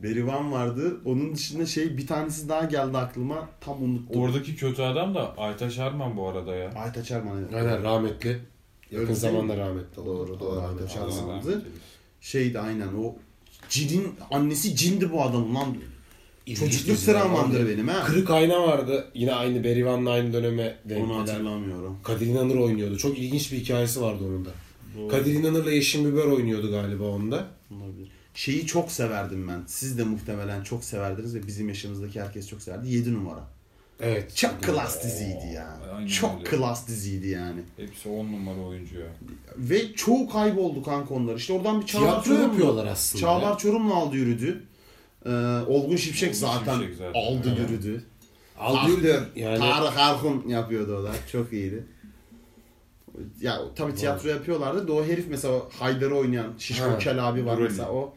Speaker 1: Berivan vardı. Onun dışında şey bir tanesi daha geldi aklıma. Tam unuttum.
Speaker 3: Oradaki kötü adam da Aytaç Arman bu arada ya.
Speaker 1: Aytaç Erman evet.
Speaker 2: Aynen rahmetli.
Speaker 1: Öyle
Speaker 2: Yakın
Speaker 1: değil
Speaker 2: zamanda
Speaker 1: mi?
Speaker 2: rahmetli oldu.
Speaker 1: Doğru, doğru.
Speaker 2: Rahmetli.
Speaker 1: Doğru.
Speaker 2: Allah.
Speaker 1: Arman'dı. Şeydi aynen o cinin annesi cindi bu adamın lan.
Speaker 2: İlginç
Speaker 1: Çocukluk
Speaker 2: diziler
Speaker 1: travmandır
Speaker 2: vardı.
Speaker 1: benim ha.
Speaker 2: Kırık ayna vardı. Yine aynı Berivan'la aynı döneme denk
Speaker 1: Onu
Speaker 2: gelen.
Speaker 1: hatırlamıyorum.
Speaker 2: Kadir İnanır oynuyordu. Çok ilginç bir hikayesi vardı onun da.
Speaker 3: Doğru.
Speaker 2: Kadir İnanır'la Yeşim Biber oynuyordu galiba onda.
Speaker 1: Olabilir. Şeyi çok severdim ben. Siz de muhtemelen çok severdiniz ve bizim yaşımızdaki herkes çok severdi. 7 numara.
Speaker 2: Evet.
Speaker 1: Çok klas diziydi ya.
Speaker 3: aynen
Speaker 1: çok
Speaker 3: öyle.
Speaker 1: klas diziydi yani.
Speaker 3: Hepsi 10 numara oyuncu ya.
Speaker 1: Ve çoğu kayboldu kanka onlar. İşte oradan bir Çağlar
Speaker 2: Tiyatro
Speaker 1: Çorum.
Speaker 2: yapıyorlar aslında.
Speaker 1: Çağlar Çorum'la aldı yürüdü. Ee, Olgun Şimşek
Speaker 3: Olgun
Speaker 1: zaten
Speaker 3: Şimşek zaten,
Speaker 1: aldı
Speaker 3: aynen.
Speaker 1: yürüdü.
Speaker 2: Aldı
Speaker 1: Aldı.
Speaker 2: yani
Speaker 1: Tarık Arkun yapıyordu o da. Çok iyiydi. Ya tabii tiyatro yapıyorlardı. da o herif mesela o Haydar'ı oynayan Şişko
Speaker 2: Ha,
Speaker 1: Kel abi var
Speaker 3: Brolin.
Speaker 1: mesela o.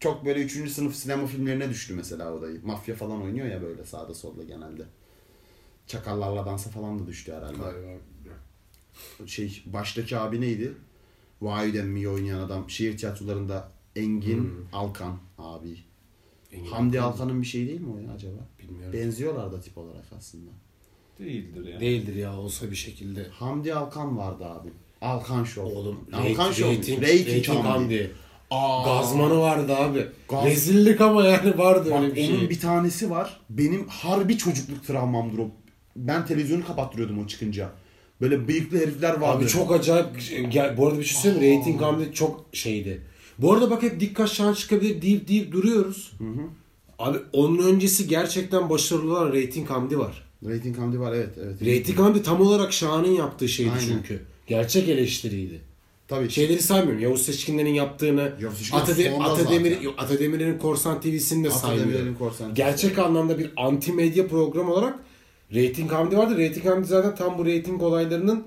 Speaker 1: Çok böyle 3. sınıf sinema filmlerine düştü mesela o dayı. Mafya falan oynuyor ya böyle sağda solda genelde. Çakallarla dansa falan da düştü herhalde. Şey baştaki abi neydi? Vahiden mi oynayan adam. Şehir tiyatrolarında Engin
Speaker 2: Hmm.
Speaker 1: Alkan abi. Hamdi Alkan'ın bir şey değil mi o ya acaba?
Speaker 2: Bilmiyorum.
Speaker 1: Benziyorlar da tip olarak aslında.
Speaker 3: Değildir ya.
Speaker 2: Değildir ya olsa bir şekilde.
Speaker 1: Hamdi Alkan vardı abi. Alkan Show.
Speaker 2: Oğlum
Speaker 1: Alkan Show. Rating,
Speaker 2: rating,
Speaker 1: rating,
Speaker 2: rating
Speaker 1: Hamdi.
Speaker 2: Hamdi.
Speaker 1: Aa,
Speaker 2: Gazmanı vardı abi.
Speaker 1: Gaz-
Speaker 2: Rezillik ama yani vardı
Speaker 1: Bak,
Speaker 2: öyle bir
Speaker 1: onun
Speaker 2: şey.
Speaker 1: bir tanesi var. Benim harbi çocukluk travmamdır o. Ben televizyonu kapattırıyordum o çıkınca. Böyle bıyıklı herifler vardı.
Speaker 2: Abi çok acayip. Gel, bu arada bir şey söyleyeyim mi? Rating hamle çok şeydi. Bu arada bak hep dikkat şahan çıkabilir deyip deyip duruyoruz. Abi onun öncesi gerçekten başarılı olan Rating Hamdi var.
Speaker 1: Rating Hamdi var evet. evet.
Speaker 2: Reyting Hamdi tam olarak Şahan'ın yaptığı şeydi
Speaker 1: Aynen.
Speaker 2: çünkü. Gerçek eleştiriydi.
Speaker 1: Tabii.
Speaker 2: Şeyleri saymıyorum. Yavuz Seçkinler'in yaptığını,
Speaker 1: Yavuz Seçkin
Speaker 2: Atade-
Speaker 1: sonda
Speaker 2: Atademir,
Speaker 1: zaten.
Speaker 2: yok, Atademir'in Korsan TV'sini de
Speaker 1: Atademir'in
Speaker 2: saymıyorum.
Speaker 1: korsan.
Speaker 2: Gerçek anlamda bir anti medya program olarak Rating Hamdi vardı. Rating Hamdi zaten tam bu rating olaylarının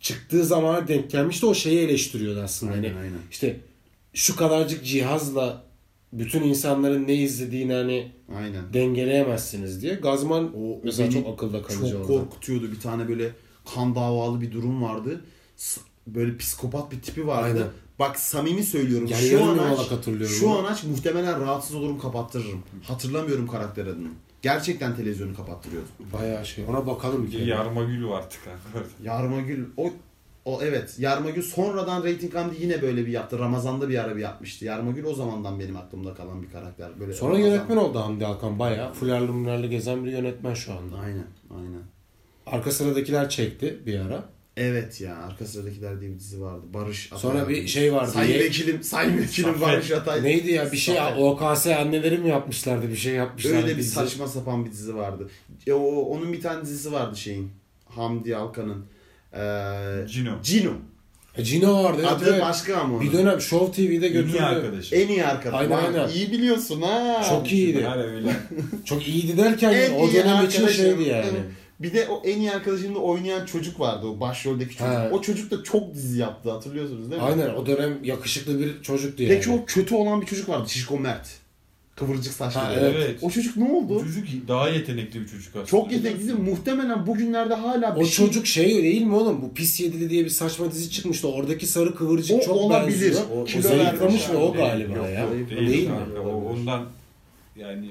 Speaker 2: çıktığı zamana denk gelmişti. O şeyi eleştiriyordu aslında.
Speaker 1: Aynen,
Speaker 2: hani
Speaker 1: aynen.
Speaker 2: işte şu kadarcık cihazla bütün insanların ne izlediğini hani
Speaker 1: Aynen.
Speaker 2: dengeleyemezsiniz diye. Gazman
Speaker 1: O
Speaker 2: mesela
Speaker 1: beni
Speaker 2: çok akılda kalıcı
Speaker 1: çok
Speaker 2: oldu.
Speaker 1: korkutuyordu. Bir tane böyle kan davalı bir durum vardı. S- Böyle psikopat bir tipi vardı.
Speaker 2: Aynen.
Speaker 1: Bak samimi söylüyorum.
Speaker 2: Yani
Speaker 1: şu
Speaker 2: yarım
Speaker 1: an
Speaker 2: yamalak
Speaker 1: aç,
Speaker 2: hatırlıyorum
Speaker 1: şu
Speaker 2: onu.
Speaker 1: an aç muhtemelen rahatsız olurum kapattırırım. Hatırlamıyorum karakter adını. Gerçekten televizyonu kapattırıyordu.
Speaker 2: Bayağı şey. Ona bakalım bir
Speaker 3: Bir
Speaker 2: kere.
Speaker 3: yarma gül var artık kanka.
Speaker 1: Yarmagül o o evet Yarmagül sonradan Rating Hamdi yine böyle bir yaptı. Ramazan'da bir ara bir yapmıştı. Yarmagül o zamandan benim aklımda kalan bir karakter. Böyle
Speaker 2: Sonra
Speaker 1: Ramazan-
Speaker 2: yönetmen oldu Hamdi Alkan. Bayağı fularlı mularlı gezen bir yönetmen şu anda.
Speaker 1: Aynen aynen.
Speaker 2: Arka sıradakiler çekti bir ara.
Speaker 1: Evet ya arka sıradakiler diye bir dizi vardı. Barış Atay.
Speaker 2: Sonra bir
Speaker 1: abi.
Speaker 2: şey vardı.
Speaker 1: Sayın
Speaker 2: Ye-
Speaker 1: Vekilim, Sayın Vekilim
Speaker 3: Zafer.
Speaker 1: Barış Atay.
Speaker 2: Neydi ya bir şey
Speaker 1: Zafer.
Speaker 2: OKS anneleri mi yapmışlardı bir şey yapmışlardı.
Speaker 1: Öyle bir
Speaker 2: bizi.
Speaker 1: saçma sapan bir dizi vardı. E, o, onun bir tane dizisi vardı şeyin. Hamdi Alkan'ın. Ee,
Speaker 3: Cino.
Speaker 1: Cino.
Speaker 2: E, Cino vardı. evet,
Speaker 1: Adı
Speaker 2: evet.
Speaker 1: başka ama. onun.
Speaker 2: Bir dönem Show TV'de
Speaker 3: Niye
Speaker 2: götürdü.
Speaker 3: arkadaşım?
Speaker 1: En iyi arkadaş.
Speaker 2: Aynen,
Speaker 1: Lan,
Speaker 2: aynen.
Speaker 1: İyi biliyorsun ha.
Speaker 2: Çok iyiydi.
Speaker 3: Her öyle.
Speaker 2: Çok iyiydi derken
Speaker 1: En
Speaker 2: o
Speaker 1: iyi
Speaker 2: dönem için
Speaker 1: arkadaşım.
Speaker 2: şeydi yani.
Speaker 1: Evet. Bir de o en iyi arkadaşımda oynayan çocuk vardı. O başroldeki çocuk.
Speaker 2: He.
Speaker 1: O çocuk da çok dizi yaptı hatırlıyorsunuz değil mi?
Speaker 2: Aynen o dönem yakışıklı bir çocuktu yani.
Speaker 1: Peki o kötü olan bir çocuk vardı. Şişko Mert. Kıvırcık saçlı.
Speaker 2: Ha,
Speaker 1: böyle.
Speaker 2: evet.
Speaker 3: evet.
Speaker 1: O çocuk ne oldu?
Speaker 3: Çocuk daha yetenekli bir çocuk aslında.
Speaker 1: Çok yetenekli. Muhtemelen bugünlerde hala bir
Speaker 2: O
Speaker 1: şey-
Speaker 2: çocuk şey değil mi oğlum? Bu Pis Yedili diye bir saçma dizi çıkmıştı. Oradaki sarı kıvırcık
Speaker 1: O
Speaker 2: çok
Speaker 1: olabilir.
Speaker 2: benziyor.
Speaker 1: O-
Speaker 2: O,
Speaker 1: o
Speaker 2: zayıflamış
Speaker 1: zayıflamış
Speaker 2: ve o
Speaker 1: abi.
Speaker 2: galiba
Speaker 3: Yok,
Speaker 2: ya.
Speaker 3: yok,
Speaker 2: değil,
Speaker 3: değil,
Speaker 2: mi?
Speaker 3: kanka. O ondan yani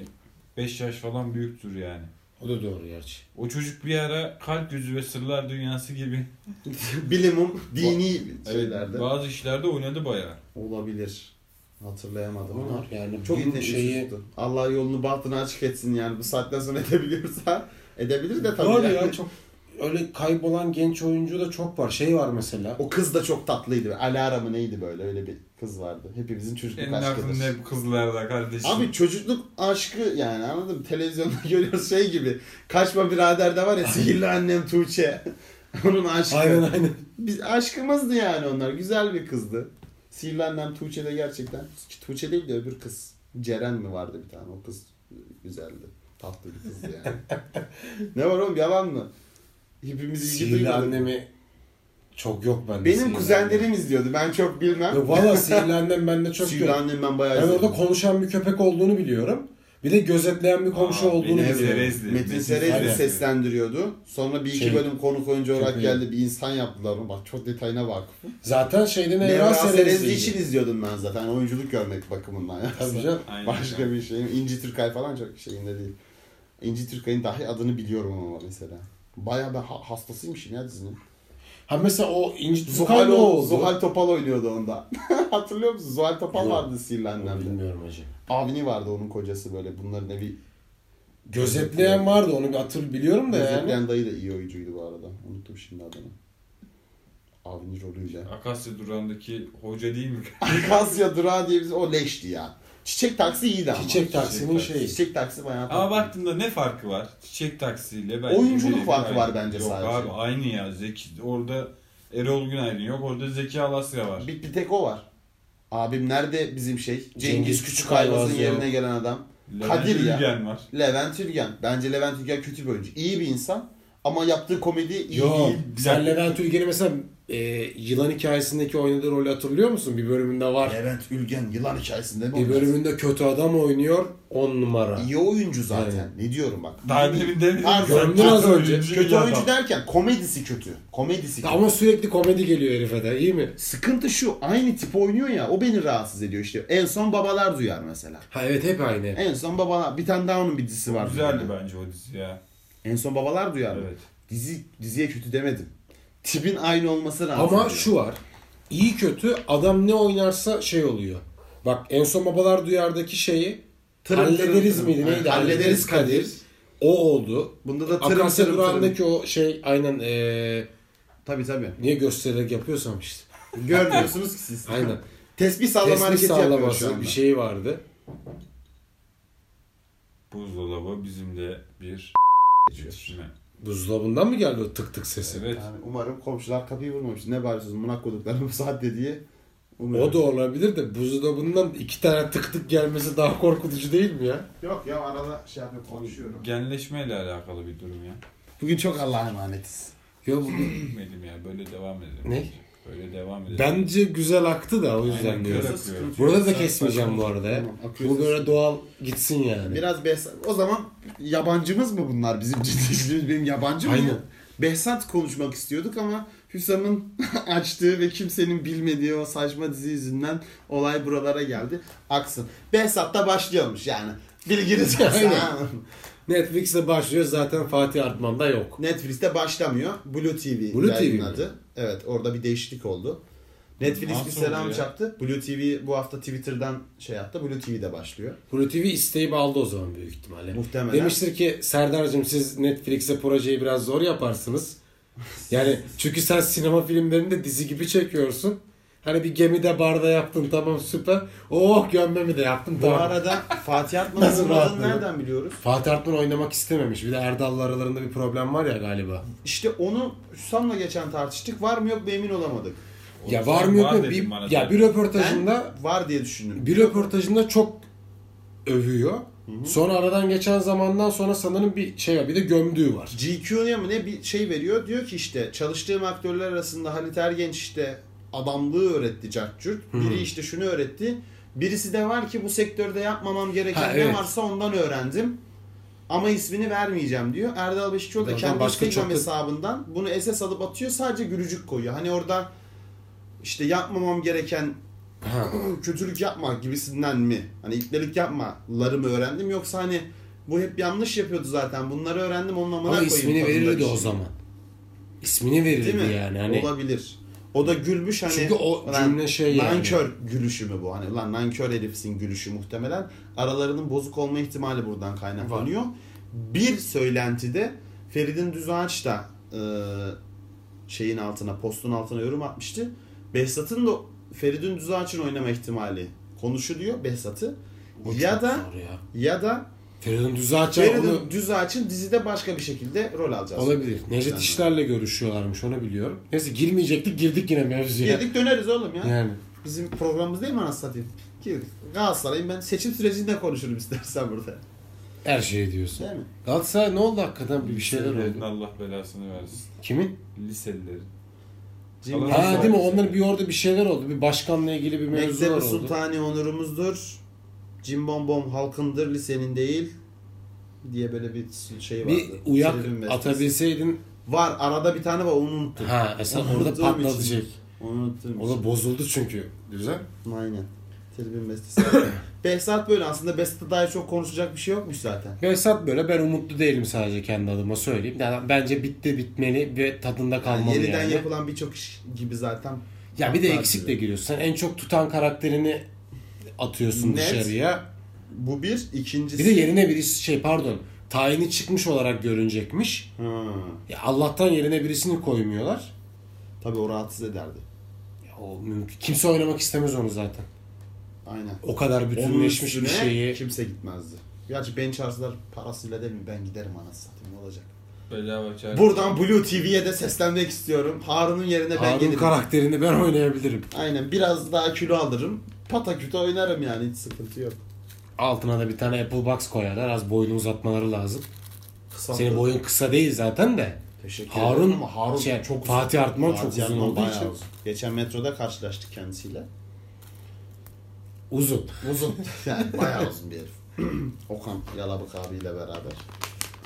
Speaker 3: 5 yaş falan büyüktür yani.
Speaker 2: O da doğru gerçi.
Speaker 3: O çocuk bir ara kalp gözü ve sırlar dünyası gibi
Speaker 1: bilimum dini şeylerde
Speaker 3: evet, bazı işlerde oynadı bayağı.
Speaker 1: olabilir. Hatırlayamadım ama.
Speaker 2: Bunlar yani
Speaker 1: Çok
Speaker 2: bir
Speaker 1: yetenekli
Speaker 2: şeyi
Speaker 1: çocuktu. Allah yolunu bahtını açık etsin yani bu saatten sonra edebiliyorsa edebilir de tabii.
Speaker 2: Var
Speaker 1: yani.
Speaker 2: ya çok öyle kaybolan genç oyuncu da çok var. Şey var mesela.
Speaker 1: O kız da çok tatlıydı. Alara mı neydi böyle öyle bir kız vardı. Hepimizin çocukluk
Speaker 3: Senin aklın
Speaker 1: aşkıdır.
Speaker 3: hep kızlarda kardeşim.
Speaker 1: Abi çocukluk aşkı yani anladın mı? Televizyonda görüyoruz şey gibi. Kaçma birader de var ya sihirli annem Tuğçe. Onun aşkı.
Speaker 2: Aynen aynen.
Speaker 1: Biz aşkımızdı yani onlar. Güzel bir kızdı. Sihirli annem Tuğçe de gerçekten. Tuğçe değil de öbür kız. Ceren mi vardı bir tane? O kız güzeldi. Tatlı bir kızdı yani. ne var oğlum yalan mı? Hepimiz ilgi
Speaker 2: Sihirli
Speaker 1: duymadık.
Speaker 2: annemi çok yok bende.
Speaker 1: Benim
Speaker 2: sihirli
Speaker 1: kuzenlerim izliyordu. Ben çok bilmem.
Speaker 2: annem. Yok valla sihirli annem bende çok
Speaker 1: Sihirli
Speaker 2: yok.
Speaker 1: annem ben bayağı
Speaker 2: Ben orada
Speaker 1: izledim.
Speaker 2: konuşan bir köpek olduğunu biliyorum. Bir de gözetleyen bir komşu
Speaker 3: Aa,
Speaker 2: olduğunu
Speaker 3: beni
Speaker 2: biliyorum.
Speaker 3: ezdi, ezdi.
Speaker 1: Metin
Speaker 2: Aynen.
Speaker 1: Serezli seslendiriyordu. Sonra bir iki
Speaker 2: Şey-
Speaker 1: bölüm konuk oyuncu olarak
Speaker 2: Köpeği.
Speaker 1: geldi. Bir insan yaptılar. onu. Bak çok detayına bak.
Speaker 2: Zaten şeyde Nevra
Speaker 1: Nevra
Speaker 2: Serezli.
Speaker 1: Serezli için izliyordum ben zaten. Oyunculuk görmek bakımından. ya.
Speaker 2: Tabii canım.
Speaker 3: Aynen.
Speaker 1: Başka bir şey. İnci Türkay falan çok şeyinde değil. İnci Türkay'ın dahi adını biliyorum ama mesela. Bayağı ben ha- hastasıymışım ya dizinin.
Speaker 2: Ha mesela o İnci Tuzkay
Speaker 1: Zuhal,
Speaker 2: ne oldu?
Speaker 1: Zuhal Topal oynuyordu onda. Hatırlıyor musun? Zuhal Topal
Speaker 2: Yok.
Speaker 1: vardı Sihirli Annem'de.
Speaker 2: Bilmiyorum hacı.
Speaker 1: Avni vardı onun kocası böyle. Bunların evi
Speaker 2: Gözetleyen vardı onu bir hatır biliyorum da yani.
Speaker 1: Gözetleyen dayı da iyi oyuncuydu bu arada. Unuttum şimdi adını. Avni rolüyle.
Speaker 3: Akasya durağındaki hoca değil mi?
Speaker 1: Akasya Durağı diye biz o leşti ya. Çiçek taksi iyiydi ama.
Speaker 2: Çiçek Taksi'nin
Speaker 3: Çiçek
Speaker 2: şeyi.
Speaker 1: Çiçek taksi bayağı
Speaker 3: Ama baktığında ne farkı var? Çiçek taksiyle bence
Speaker 1: Oyunculuk
Speaker 3: birebir
Speaker 1: farkı
Speaker 3: aynı.
Speaker 1: var bence
Speaker 3: Yok
Speaker 1: sadece.
Speaker 3: abi aynı ya. Zeki orada Erol Günaydın yok. Orada Zeki Alasya var.
Speaker 1: bir, bir tek o var. Abim nerede bizim şey? Cengiz, Küçük
Speaker 2: Ayvaz yok.
Speaker 1: yerine gelen adam.
Speaker 3: Levent
Speaker 1: Kadir ya.
Speaker 3: Ülgen var.
Speaker 1: Levent Ülgen. Bence Levent Ülgen kötü bir oyuncu. İyi bir insan ama yaptığı komedi iyi
Speaker 2: Yok.
Speaker 1: değil.
Speaker 2: Sen Levent Ülgen'i mesela e, yılan hikayesindeki oynadığı rolü hatırlıyor musun? Bir bölümünde var.
Speaker 1: Levent Ülgen yılan hikayesinde mi
Speaker 2: Bir
Speaker 1: oynadı?
Speaker 2: bölümünde kötü adam oynuyor. 10 numara.
Speaker 1: İyi oyuncu zaten. Ne diyorum bak.
Speaker 3: Daha şey demin demedim.
Speaker 1: Ha,
Speaker 2: gömdün az önce.
Speaker 1: Kötü oyuncu derken komedisi kötü. Komedisi kötü.
Speaker 2: Ama sürekli komedi geliyor herife de iyi mi?
Speaker 1: Sıkıntı şu aynı tip oynuyor ya o beni rahatsız ediyor işte. En son babalar duyar mesela.
Speaker 2: Ha evet hep aynı.
Speaker 1: En son babalar bir tane daha onun bir dizisi vardı.
Speaker 3: Güzeldi
Speaker 1: Yani.
Speaker 3: bence o dizi ya.
Speaker 1: En son babalar duyar mı?
Speaker 3: Evet.
Speaker 1: Dizi, diziye kötü demedim. Tipin aynı olması rahatsız
Speaker 2: Ama
Speaker 1: ediyor.
Speaker 2: şu var. İyi kötü adam ne oynarsa şey oluyor. Bak en son Babalar Duyar'daki şeyi
Speaker 1: Tırım tırım
Speaker 2: hallederiz
Speaker 1: tırım.
Speaker 2: miydi neydi?
Speaker 1: Aynen. Hallederiz Kadir.
Speaker 2: O oldu.
Speaker 1: Bunda da tırım
Speaker 2: Akasya
Speaker 1: tırım tırım.
Speaker 2: Durağı'ndaki o şey aynen eee
Speaker 1: Tabii tabii.
Speaker 2: niye göstererek yapıyorsam işte.
Speaker 1: Görmüyorsunuz ki siz.
Speaker 2: Aynen.
Speaker 1: Tesbih sallama
Speaker 2: Tespih
Speaker 1: hareketi yapıyor şu
Speaker 2: sağlaması
Speaker 1: anda.
Speaker 2: bir şey vardı.
Speaker 3: Buzdolabı bizim de bir
Speaker 1: geçiyor.
Speaker 2: Buzdolabından mı geldi o tık tık sesi?
Speaker 3: Evet.
Speaker 1: Yani umarım komşular kapıyı vurmamıştır. Ne bağırıyorsunuz mınak koduklarım bu saatte diye. Umarım.
Speaker 2: O da olabilir de buzdolabından iki tane tık tık gelmesi daha korkutucu değil mi ya?
Speaker 1: Yok ya arada şey yapıp konuşuyorum.
Speaker 3: Genleşmeyle alakalı bir durum ya.
Speaker 1: Bugün çok Allah'a emanetiz.
Speaker 2: Yo, bu-
Speaker 3: Bilmedim ya böyle devam edelim.
Speaker 2: Ne?
Speaker 3: Böyle devam edelim.
Speaker 2: bence güzel aktı da o yüzden
Speaker 3: Aynen,
Speaker 2: diyorum.
Speaker 3: güzel akıyor.
Speaker 2: Burada da kesmeyeceğim bu arada ya.
Speaker 1: Tamam, akıyorsun.
Speaker 2: Bu böyle doğal gitsin yani.
Speaker 1: Biraz Behzat. O zaman yabancımız mı bunlar bizim dinleyicilerimiz? Benim yabancı mı?
Speaker 2: Aynen.
Speaker 1: ya? Behzat konuşmak istiyorduk ama Hüsam'ın açtığı ve kimsenin bilmediği o saçma dizi yüzünden olay buralara geldi. Aksın. Behzat'ta başlıyormuş yani. Bilginiz olsun.
Speaker 2: Aynen. Netflix'te başlıyor zaten Fatih Artman'da yok.
Speaker 1: Netflix'te başlamıyor. Blue TV
Speaker 2: Blue TV
Speaker 1: yayınladı. Evet orada bir değişiklik oldu. Netflix
Speaker 3: Nasıl
Speaker 1: bir
Speaker 3: oldu
Speaker 1: selam
Speaker 3: ya?
Speaker 1: çaktı. Blue TV bu hafta Twitter'dan şey yaptı. Blue TV'de başlıyor.
Speaker 2: Pro TV isteyip aldı o zaman büyük ihtimalle.
Speaker 1: Muhtemelen.
Speaker 2: Demiştir ki Serdar'cığım siz Netflix'e projeyi biraz zor yaparsınız. Yani çünkü sen sinema filmlerinde dizi gibi çekiyorsun. Hani bir gemide barda yaptın tamam süper. Oh gömmemi de yaptım
Speaker 1: Bu
Speaker 2: tamam.
Speaker 1: arada Fatih
Speaker 2: Nasıl
Speaker 1: Atman'ın
Speaker 2: rahatladı?
Speaker 1: adını nereden biliyoruz?
Speaker 2: Fatih Artman oynamak istememiş. Bir de Erdal'la aralarında bir problem var ya galiba.
Speaker 1: İşte onu Hüsam'la geçen tartıştık. Var mı yok mu emin olamadık.
Speaker 2: ya
Speaker 3: sen
Speaker 2: var mı yok
Speaker 3: var
Speaker 2: mu?
Speaker 3: dedin
Speaker 2: Bir,
Speaker 3: bana
Speaker 2: ya
Speaker 3: sen.
Speaker 2: bir röportajında
Speaker 1: Var diye düşündüm.
Speaker 2: bir röportajında çok övüyor. Sonra aradan geçen zamandan sonra sanırım bir şey var. Bir de gömdüğü var.
Speaker 1: GQ'ya mı ne bir şey veriyor. Diyor ki işte çalıştığım aktörler arasında Halit Ergenç işte adamlığı öğretti Cakcurt. Biri işte şunu öğretti. Birisi de var ki bu sektörde yapmamam gereken
Speaker 2: Ha,
Speaker 1: ne
Speaker 2: evet.
Speaker 1: varsa ondan öğrendim. Ama ismini vermeyeceğim diyor. Erdal Beşikçioğlu da
Speaker 2: Zaten
Speaker 1: kendi
Speaker 2: başka
Speaker 1: Instagram
Speaker 2: çok da-
Speaker 1: hesabından bunu SS alıp atıyor. Sadece gülücük koyuyor. Hani orada işte yapmamam gereken
Speaker 2: Ha.
Speaker 1: kötülük yapma gibisinden mi? Hani itlelik yapmaları mı öğrendim yoksa hani bu hep yanlış yapıyordu zaten. Bunları öğrendim onun amına
Speaker 2: Ama
Speaker 1: koyayım.
Speaker 2: ismini
Speaker 1: tadında
Speaker 2: verirdi
Speaker 1: bir
Speaker 2: o
Speaker 1: şey.
Speaker 2: zaman. İsmini
Speaker 1: Değil mi?
Speaker 2: verirdi yani. Hani
Speaker 1: Olabilir. O da gülmüş hani.
Speaker 2: Çünkü o
Speaker 1: "Lan
Speaker 2: cümle şey yani."
Speaker 1: Nankör gülüşü mü bu? Hani lan nankör herifsin gülüşü muhtemelen. Aralarının bozuk olma ihtimali buradan kaynaklanıyor. Bir söylentide Feridun Düzağaç da e, şeyin altına, postun altına yorum atmıştı. Behzat'ın da Feridun Düzağaç'ın oynama ihtimali konuşuluyor Behzat'ı.
Speaker 2: O çok
Speaker 1: Ya da
Speaker 2: zor ya.
Speaker 1: ya da
Speaker 2: Feridun Düzağaç'a onu
Speaker 1: Feridun Düzağaç'ın dizide başka bir şekilde rol alacağız.
Speaker 2: olabilir. Necdet
Speaker 1: Yani.
Speaker 2: İşler'le görüşüyorlarmış onu biliyorum. Neyse girmeyecektik girdik yine mevzuya.
Speaker 1: Geldik döneriz oğlum ya.
Speaker 2: Yani.
Speaker 1: Bizim programımız değil mi anasını satayım? Ki Galatasaray'ın ben seçim sürecinde konuşurum istersen burada.
Speaker 2: Her şeyi diyorsun.
Speaker 1: Değil mi?
Speaker 2: Galatasaray ne oldu hakikaten bir şeyler
Speaker 3: Liselilerin
Speaker 2: oldu.
Speaker 3: şey Allah belasını versin.
Speaker 2: Kimin?
Speaker 3: Liselilerin.
Speaker 1: Cemil
Speaker 3: Galatasaray-
Speaker 2: Ha değil mi? Onların bir orada bir şeyler oldu. Bir başkanla ilgili bir mevzular
Speaker 1: Mektebi
Speaker 2: oldu.
Speaker 1: Sultani onurumuzdur. Cimbombom halkındır lisenin değil diye böyle bir şey vardı.
Speaker 2: Bir uyak
Speaker 1: Şerif'in bestesi.
Speaker 2: atabilseydin
Speaker 1: Var arada bir tane var onu unuttum.
Speaker 2: ha
Speaker 1: Onu
Speaker 2: esas orada
Speaker 1: unuttuğum için.
Speaker 2: patladı şey.
Speaker 1: Onu unuttum.
Speaker 2: O da bozuldu çünkü. Güzel.
Speaker 1: Aynen. Tribün bestesi. Behzat böyle aslında Behzat'a dair çok konuşacak bir şey yokmuş zaten.
Speaker 2: Behzat böyle ben umutlu değilim sadece kendi adıma söyleyeyim. Yani bence bitti bitmeli ve tadında
Speaker 1: Yani
Speaker 2: kalmalı yani.
Speaker 1: yeniden yapılan birçok iş gibi zaten.
Speaker 2: ya bir de
Speaker 1: Haklar
Speaker 2: eksik de
Speaker 1: diyor.
Speaker 2: giriyorsun. Sen en çok tutan karakterini atıyorsun
Speaker 1: Net.
Speaker 2: dışarıya.
Speaker 1: Bu bir. ikincisi.
Speaker 2: Bir de yerine birisi şey pardon tayini çıkmış olarak görünecekmiş.
Speaker 1: Ha.
Speaker 2: Ya Allah'tan yerine birisini koymuyorlar.
Speaker 1: Tabii o rahatsız ederdi.
Speaker 2: Ya o mümkün. Kimse oynamak istemez onu zaten.
Speaker 1: Aynen.
Speaker 2: O kadar bütünleşmiş
Speaker 1: Onun
Speaker 2: bir
Speaker 1: üstüne
Speaker 2: şeyi.
Speaker 1: kimse gitmezdi. Gerçi beni çağırsalar parasıyla değil mi? Ben giderim anasını satayım ne olacak?
Speaker 3: Bedava çağır.
Speaker 1: Buradan Blue TV'ye de seslenmek istiyorum. Harun'un yerine ben
Speaker 2: Harun
Speaker 1: gelirim.
Speaker 2: karakterini ben oynayabilirim.
Speaker 1: Aynen biraz daha kilo alırım. Pataküte oynarım yani hiç sıkıntı yok.
Speaker 2: Altına da bir tane Apple Box koyarlar. Az boyunu uzatmaları lazım.
Speaker 1: Kısa
Speaker 2: Senin boyun kısa değil zaten de.
Speaker 1: Teşekkür ederim
Speaker 2: Harun,
Speaker 1: ama Harun
Speaker 2: şey,
Speaker 1: çok uzun.
Speaker 2: Fatih Artman çok
Speaker 1: Fatih
Speaker 2: uzun
Speaker 1: Arman
Speaker 2: olduğu
Speaker 1: bayağı
Speaker 2: için.
Speaker 1: uzun. Geçen metroda karşılaştık kendisiyle.
Speaker 2: Uzun.
Speaker 1: Uzun. yani bayağı uzun bir herif. Okan Yalabık abiyle beraber.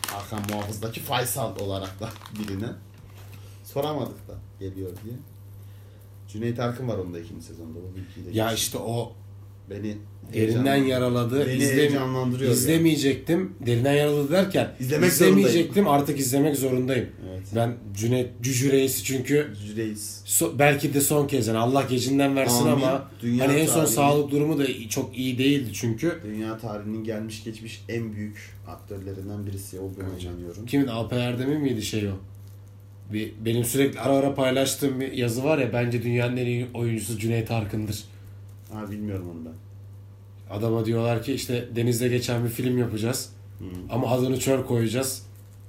Speaker 1: Hakan Muhafız'daki Faysal olarak da bilinen. Soramadık da geliyor diye. Cüneyt Arkın var onda ikinci sezonda. Bu bilgiyi de
Speaker 2: Ya
Speaker 1: geç.
Speaker 2: işte o
Speaker 1: Beni
Speaker 2: derinden
Speaker 1: heyecanlan-
Speaker 2: yaraladı.
Speaker 1: Beni
Speaker 2: İzlem-
Speaker 1: heyecanlandırıyor ya.
Speaker 2: İzlemeyecektim. Derinden yaraladı derken
Speaker 1: İzlemek
Speaker 2: izlemeyecektim. Artık izlemek zorundayım.
Speaker 1: Evet.
Speaker 2: Ben Cüneyt Cücü Reis'i çünkü
Speaker 1: Reis.
Speaker 2: so- belki de son kez yani Allah gecinden versin
Speaker 1: Amin.
Speaker 2: ama
Speaker 1: Dünya
Speaker 2: hani en son
Speaker 1: tarihinin-
Speaker 2: sağlık durumu da çok iyi değildi çünkü.
Speaker 1: Dünya tarihinin gelmiş geçmiş en büyük aktörlerinden birisi. O gün inanıyorum.
Speaker 2: Kimin Alper Erdem'in miydi şey o? Bir, benim sürekli ara ara paylaştığım bir yazı var ya bence dünyanın en iyi oyuncusu Cüneyt Arkın'dır.
Speaker 1: Ha bilmiyorum onu ben. Hmm.
Speaker 2: Adama diyorlar ki işte denizde geçen bir film yapacağız. Ama adını çöl koyacağız.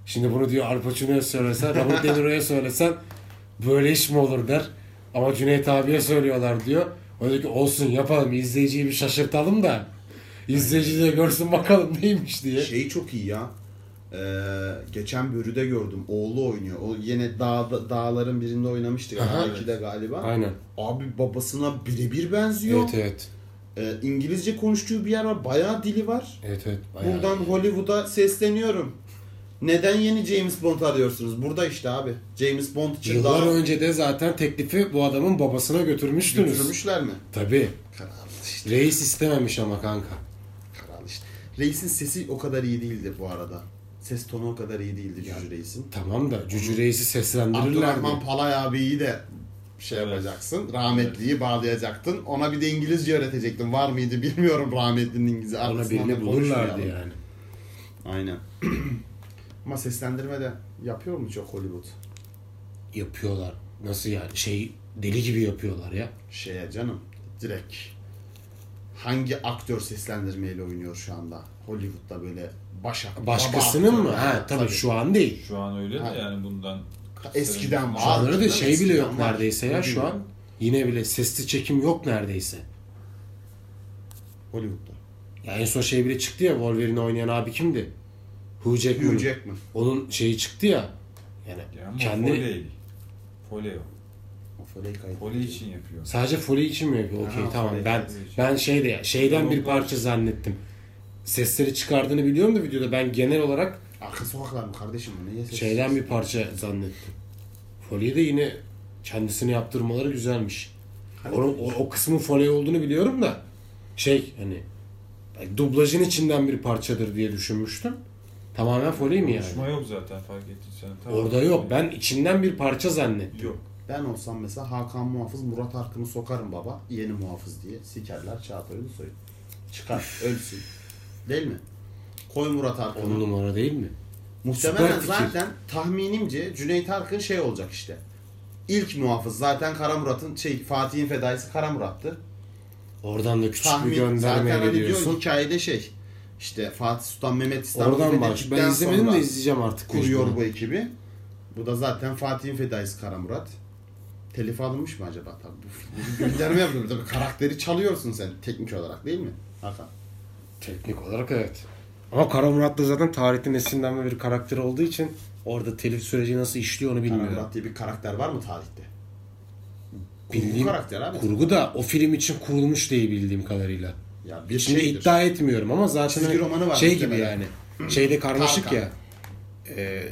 Speaker 2: Şimdi bunu diyor Al Pacino'ya söylesen, Robert De Niro'ya söylesen böyle iş mi olur der. Ama Cüneyt abiye söylüyorlar diyor. O diyor ki olsun yapalım izleyiciyi bir şaşırtalım da izleyici de görsün bakalım neymiş diye.
Speaker 1: Şey çok iyi ya. Ee, geçen Börü'de gördüm. Oğlu oynuyor. O yine dağda, dağların birinde oynamıştı
Speaker 2: Aha,
Speaker 1: galiba.
Speaker 2: evet.
Speaker 1: 2'de galiba.
Speaker 2: Aynen.
Speaker 1: Abi babasına birebir benziyor.
Speaker 2: Evet evet.
Speaker 1: Ee, İngilizce konuştuğu bir yer var. Bayağı dili var.
Speaker 2: Evet evet. bayağı.
Speaker 1: Buradan Hollywood'a sesleniyorum. Neden yeni James Bond arıyorsunuz? Burada işte abi. James Bond için
Speaker 2: Yıllar
Speaker 1: daha
Speaker 2: önce de zaten teklifi bu adamın babasına götürmüştünüz.
Speaker 1: götürmüşler mi?
Speaker 2: Tabii.
Speaker 1: Karal işte.
Speaker 2: Reis istememiş ama kanka.
Speaker 1: Karal işte. Reis'in sesi o kadar iyi değildi bu arada. Ses tonu o kadar iyi değildi Cücü Reis'in.
Speaker 2: Tamam da Cücü Reis'i seslendirirlerdi.
Speaker 1: Abdurrahman Palay abiyi de şey
Speaker 3: Evet.
Speaker 1: yapacaksın. Rahmetliyi bağlayacaktın. Ona bir de İngilizce öğretecektin. Var mıydı bilmiyorum rahmetlinin İngilizce.
Speaker 2: Ona
Speaker 1: Arkasından da
Speaker 2: birini bulurlardı
Speaker 1: konuşmayalım.
Speaker 2: yani.
Speaker 1: Aynen. Ama seslendirme de yapıyor mu çok Hollywood?
Speaker 2: Yapıyorlar. Nasıl yani? Şey deli gibi yapıyorlar ya.
Speaker 1: Şeye canım. Direkt. Hangi aktör seslendirmeyle oynuyor şu anda? Hollywood'da böyle baş aktör.
Speaker 2: Başkasının
Speaker 1: baba
Speaker 2: mı?
Speaker 1: aktör.
Speaker 2: Ha tabii, şu an değil.
Speaker 3: Şu an öyle de
Speaker 1: Ha.
Speaker 3: yani bundan
Speaker 1: Eskiden
Speaker 2: Şu
Speaker 1: var.
Speaker 2: anları da
Speaker 1: Canım,
Speaker 2: şey bile yok
Speaker 1: eskiden var.
Speaker 2: neredeyse ya şu an. Yine bile sesli çekim yok neredeyse.
Speaker 1: Hollywood'da.
Speaker 2: Ya en son şey bile çıktı ya Wolverine oynayan abi kimdi? Hugh Jackman.
Speaker 1: Hugh Jackman.
Speaker 2: Onun şeyi çıktı ya. Yani
Speaker 3: Yani Kendi...
Speaker 2: kendi
Speaker 3: Foley. Foley o.
Speaker 1: O Foley kaydı.
Speaker 3: Foley için yapıyor.
Speaker 2: sadece Foley için mi yapıyor? Okey
Speaker 1: Ha,
Speaker 2: tamam.
Speaker 1: Foley
Speaker 2: Ben
Speaker 3: için.
Speaker 2: ben şey de şeyden bir parça zannettim. Sesleri çıkardığını biliyorum da videoda ben genel olarak
Speaker 1: Arka sokaklar mı kardeşim? bu? Niye ses-
Speaker 2: şeyden bir parça zannettim. Foley de yine kendisini yaptırmaları güzelmiş.
Speaker 1: Hani-
Speaker 2: O, o, o kısmın Foley olduğunu biliyorum da şey hani belki dublajın içinden bir parçadır diye düşünmüştüm. Tamamen Foley mi yani?
Speaker 3: Konuşma yok zaten fark ettiysen. Tamam.
Speaker 2: Orada yok. Ben içinden bir parça zannettim.
Speaker 3: Yok.
Speaker 1: Ben olsam mesela Hakan Muhafız, Murat Arkın'ı sokarım baba. Yeni Muhafız diye. Sikerler Çağatay Ulusoy'u. Çıkar, ölsün. Değil mi? Koy Murat
Speaker 2: On
Speaker 1: Arkın'ı.
Speaker 2: numara değil mi?
Speaker 1: Muhtemelen
Speaker 2: Süper fikir.
Speaker 1: zaten tahminimce Cüneyt Arkın şey olacak işte. İlk muhafız zaten Kara Murat'ın şey Fatih'in fedaisi Kara Murat'tı.
Speaker 2: Oradan da küçük bir
Speaker 1: Tahmin zaten
Speaker 2: göndermeye
Speaker 1: hani diyor
Speaker 2: gidiyorsun.
Speaker 1: hikayede şey işte Fatih Sultan Mehmet İstanbul'u
Speaker 2: Oradan bak. Ben
Speaker 1: fethettikten
Speaker 2: izlemedim
Speaker 1: sonra
Speaker 2: de izleyeceğim artık.
Speaker 1: kuruyor
Speaker 2: mecburen.
Speaker 1: bu ekibi. Bu da zaten Fatih'in fedaisi Kara Murat. Telif alınmış mı acaba? Tabii bu bu gönderme yapıyorum. Tabii karakteri çalıyorsun sen teknik olarak değil mi? Hakan.
Speaker 2: Teknik olarak evet. Ama Kara Murat da zaten tarihte esinlenme bir karakter olduğu için orada telif süreci nasıl işliyor onu
Speaker 1: Kara
Speaker 2: bilmiyorum.
Speaker 1: Murat diye bir karakter var mı tarihte? Kurgu
Speaker 2: Bildiğim-
Speaker 1: karakter abi.
Speaker 2: Kurgu da o film için kurulmuş diye bildiğim kadarıyla.
Speaker 1: Ya bir
Speaker 2: Şimdi
Speaker 1: şeydir.
Speaker 2: iddia etmiyorum ama zaten
Speaker 1: Çizgi romanı var
Speaker 2: şey gibi
Speaker 1: muhtemelen.
Speaker 2: yani. Şeyde karmaşık
Speaker 1: Tarkan.
Speaker 2: ya. Ee,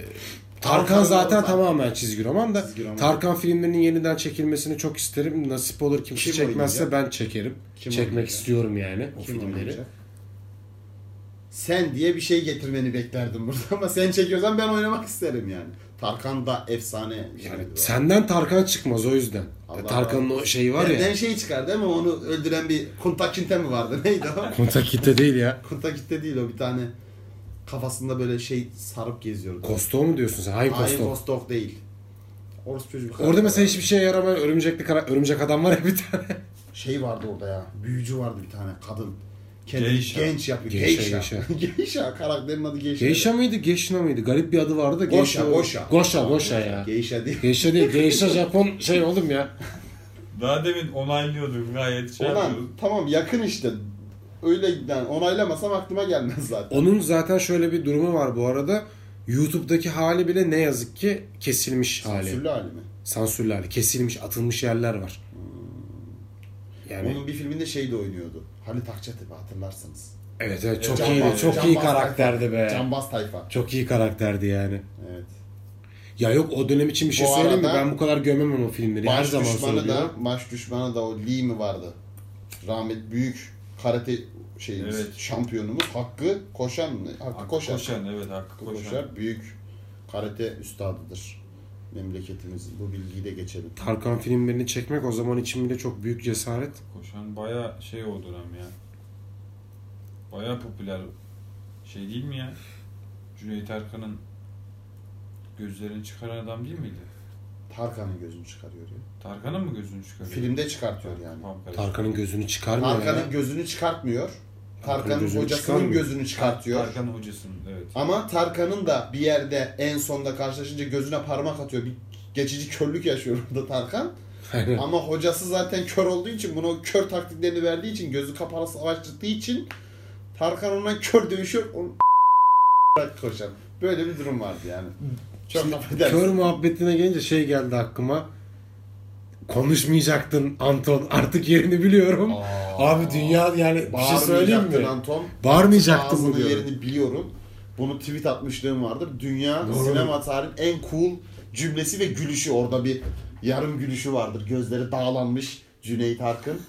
Speaker 1: Tarkan
Speaker 2: Tarkan, zaten
Speaker 1: zaten.
Speaker 2: tamamen çizgi roman da
Speaker 1: Çizgi roman.
Speaker 2: Tarkan filmlerinin yeniden çekilmesini çok isterim. Nasip olur kimse
Speaker 1: Kim
Speaker 2: çekmezse
Speaker 1: oynayacak?
Speaker 2: ben çekerim.
Speaker 1: Kim
Speaker 2: Çekmek
Speaker 1: oynayacak?
Speaker 2: istiyorum yani o
Speaker 1: Kim
Speaker 2: filmleri.
Speaker 1: oynayacak? Sen diye bir şey getirmeni beklerdim burada ama sen çekiyorsan ben oynamak isterim yani. Tarkan da efsane.
Speaker 2: Yani senden Tarkan çıkmaz o yüzden.
Speaker 1: Allah
Speaker 2: Tarkan'ın
Speaker 1: Allah.
Speaker 2: o şeyi var ya.
Speaker 1: Benden şey çıkar değil mi? Onu öldüren bir kuntakinte mi vardı? Neydi o?
Speaker 2: Kontakite değil ya.
Speaker 1: Kuntakinte değil o bir tane kafasında böyle şey sarıp geziyordu.
Speaker 2: Kosto mu diyorsun sen? Hayır
Speaker 1: Hayır
Speaker 2: Kosto.
Speaker 1: Kostok değil. Orası çocuk.
Speaker 2: Orada mesela hiçbir şeye yaramayan örümcekli kara- örümcek adam var ya bir tane.
Speaker 1: şey vardı orada ya. Büyücü vardı bir tane kadın. Kendini
Speaker 3: Geisha.
Speaker 1: genç yapıyor.
Speaker 2: Geisha,
Speaker 1: Geisha. Geisha. karakterin adı Geisha.
Speaker 2: Geisha mıydı? Geşina mıydı? Garip bir adı vardı. da
Speaker 1: Goşa,
Speaker 2: Geisha-
Speaker 1: Goşa.
Speaker 2: Goşa, Goşa ya.
Speaker 1: Geisha değil.
Speaker 2: Geisha değil. Geisha Japon şey oğlum ya.
Speaker 3: Daha demin onaylıyordum gayet şey
Speaker 1: Ulan
Speaker 3: yapıyordum.
Speaker 1: tamam yakın işte. Öyle yani onaylamasam aklıma gelmez zaten.
Speaker 2: Onun zaten şöyle bir durumu var bu arada. YouTube'daki hali bile ne yazık ki kesilmiş hali.
Speaker 1: Sansürlü hali mi?
Speaker 2: Sansürlü hali. Kesilmiş, atılmış yerler var. Yani
Speaker 1: Onun bir filminde şey de oynuyordu. Halit Akçatepe hatırlarsınız.
Speaker 2: evet evet çok
Speaker 1: Ee, Can
Speaker 2: iyiydi.
Speaker 1: Bas-
Speaker 2: Çok
Speaker 1: Can
Speaker 2: iyi
Speaker 1: Bas
Speaker 2: karakterdi
Speaker 1: tayfa.
Speaker 2: be.
Speaker 1: Cambaz tayfa.
Speaker 2: Çok iyi karakterdi yani.
Speaker 1: Evet.
Speaker 2: Ya yok o dönem için bir şey
Speaker 1: Bu
Speaker 2: söyleyeyim mi?
Speaker 1: arada
Speaker 2: Ben bu kadar gömemem o filmleri. Her
Speaker 1: Baş
Speaker 2: zaman
Speaker 1: düşmanı da,
Speaker 2: söylüyorum.
Speaker 1: baş düşmanı da o Lee mi vardı? Rahmet büyük karate şeyimiz,
Speaker 3: Evet.
Speaker 1: şampiyonumuz Hakkı Koşan mı? Hakkı,
Speaker 3: Hakkı
Speaker 1: Koşan.
Speaker 3: koşan. evet Hakkı
Speaker 1: Hakkı
Speaker 3: koşan.
Speaker 1: Koşar büyük karate üstadıdır. Memleketimizin bu bilgiyi de geçelim.
Speaker 2: Tarkan filmlerini çekmek o zaman için bile çok büyük cesaret.
Speaker 3: Koşan baya şey o dönem ya. Baya popüler şey değil mi ya? Cüneyt Erkan'ın gözlerini çıkaran adam değil miydi?
Speaker 1: Tarkan'ın gözünü çıkarıyor ya.
Speaker 3: Tarkan'ın mı gözünü çıkarıyor?
Speaker 1: Filmde çıkartıyor yani.
Speaker 3: Tamam, karıştı.
Speaker 2: Tarkan'ın gözünü çıkarmıyor ya.
Speaker 1: Tarkan'ın gözünü çıkartmıyor. Tarkan'ın
Speaker 2: gözünü
Speaker 1: hocasının
Speaker 2: çıkarmıyor.
Speaker 1: gözünü çıkartıyor.
Speaker 3: Tarkan hocasının evet.
Speaker 1: Ama Tarkan'ın da bir yerde en sonda karşılaşınca gözüne parmak atıyor. Bir geçici körlük yaşıyor orada Tarkan.
Speaker 2: Aynen.
Speaker 1: Ama hocası zaten kör olduğu için bunu kör taktiklerini verdiği için gözü kapalı savaştırdığı için Tarkan ona kör dövüşüyor. Onu koşan. Böyle bir durum vardı yani. Çok affedersin.
Speaker 2: Kör muhabbetine gelince şey geldi aklıma. Konuşmayacaktın Anton. Artık yerini biliyorum. Abi dünya yani bir şey söyleyeyim
Speaker 1: Bağırmayacaktın
Speaker 2: mi?
Speaker 1: Anton.
Speaker 2: Bağırmayacaktı bu
Speaker 1: Ağzının
Speaker 2: diyorum.
Speaker 1: yerini biliyorum. Bunu tweet atmışlığım vardır. Dünya
Speaker 2: Doğru.
Speaker 1: sinema tarihinin en cool cümlesi ve gülüşü. Orada bir yarım gülüşü vardır. Gözleri dağlanmış Cüneyt Arkın.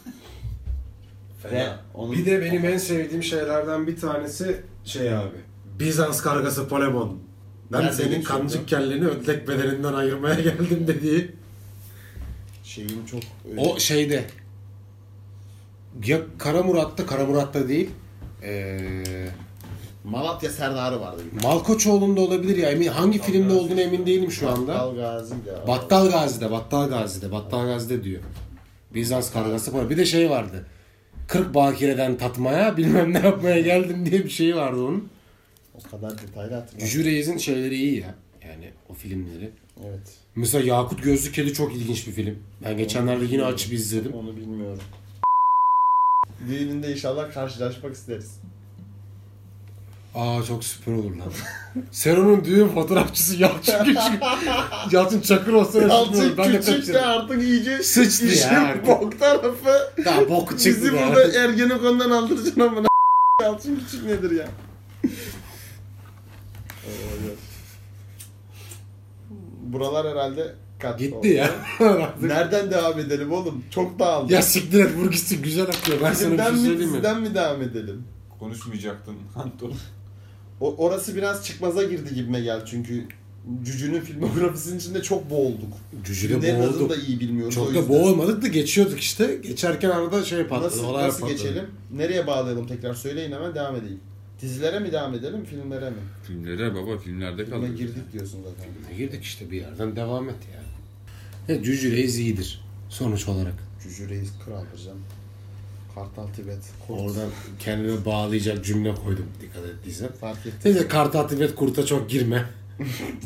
Speaker 1: Ve onun...
Speaker 2: Bir de benim en sevdiğim şeylerden bir tanesi şey abi. Bizans kargası Polemon. Ben
Speaker 1: Nerede
Speaker 2: senin
Speaker 1: geçiyor
Speaker 2: kancık
Speaker 1: bu?
Speaker 2: kelleni ödlek bedeninden ayırmaya geldim dediği.
Speaker 1: şeyim çok... e,
Speaker 2: O şeyde. Ya Kara Murat'ta, Kara Murat'ta değil. Ee,
Speaker 1: Malatya Serdarı vardı. bir
Speaker 2: Malkoçoğlu'nda olabilir ya. Emin, hangi
Speaker 3: Battal
Speaker 2: filmde
Speaker 3: Gazi.
Speaker 2: olduğunu emin değilim şu anda.
Speaker 1: Battal Gazi ya.
Speaker 2: Battal Gazi'de, Battal Gazi'de, Battal Gazi'de diyor. Bizans kargası Polemon. Bir de şey vardı. 40 bakireden tatmaya bilmem ne yapmaya geldim diye bir şey vardı onun.
Speaker 1: o kadar detaylı hatırlamıyorum.
Speaker 2: Cücü Reis'in şeyleri iyi ya. Yani o filmleri.
Speaker 1: Evet.
Speaker 2: Mesela Yakut Gözlü Kedi çok ilginç bir film. Ben geçenlerde yine açıp izledim.
Speaker 1: Onu bilmiyorum. Düğününde inşallah karşılaşmak isteriz.
Speaker 2: Aa çok süper olur lan. Seron'un düğün fotoğrafçısı Yalçın Küçük. Yalçın Çakır olsa
Speaker 1: Yalçın
Speaker 2: ben de
Speaker 1: küçük de
Speaker 2: kaçırırım.
Speaker 1: artık iyice
Speaker 2: Sıçtı ya
Speaker 1: işin
Speaker 2: artık.
Speaker 1: bok tarafı.
Speaker 2: Daha boku çıktı
Speaker 1: Bizi
Speaker 2: da.
Speaker 1: burada Ergenekon'dan aldıracaksın amına. Yalçın küçük nedir ya? Buralar herhalde kat oldu.
Speaker 2: Gitti ya.
Speaker 1: Nereden devam edelim oğlum? Çok dağıldı.
Speaker 2: ya siktir et vur gitsin güzel akıyor. Ben sana bir
Speaker 1: Bizden
Speaker 2: şey
Speaker 1: mi,
Speaker 2: söyleyeyim mi?
Speaker 1: sizden mi devam edelim?
Speaker 3: Konuşmayacaktın Anton.
Speaker 1: O, orası biraz çıkmaza girdi gibime geldi çünkü Cücü'nün filmografisinin içinde çok boğulduk.
Speaker 2: Cücü'de
Speaker 1: Filmlerin adını da
Speaker 2: boğulduk.
Speaker 1: iyi bilmiyoruz. o
Speaker 2: Çok da
Speaker 1: yüzden.
Speaker 2: boğulmadık da geçiyorduk işte. Geçerken arada şey patladı.
Speaker 1: Nasıl,
Speaker 2: olay
Speaker 1: nasıl
Speaker 2: patladı.
Speaker 1: geçelim? Nereye bağlayalım tekrar söyleyin hemen devam edeyim. Dizilere mi devam edelim filmlere mi?
Speaker 4: Filmlere baba filmlerde
Speaker 1: Filme
Speaker 4: kalıyor.
Speaker 1: girdik diyorsun zaten.
Speaker 2: Girdik işte bir yerden devam et ya. Ya Cücü Reis iyidir sonuç olarak.
Speaker 1: Cücü Reis kraldır canım. Kartal Tibet. Kurt.
Speaker 2: Oradan kendime bağlayacak cümle koydum dikkat ettiysen.
Speaker 1: Fark ettim.
Speaker 2: Neyse Kartal Tibet Kurt'a çok girme.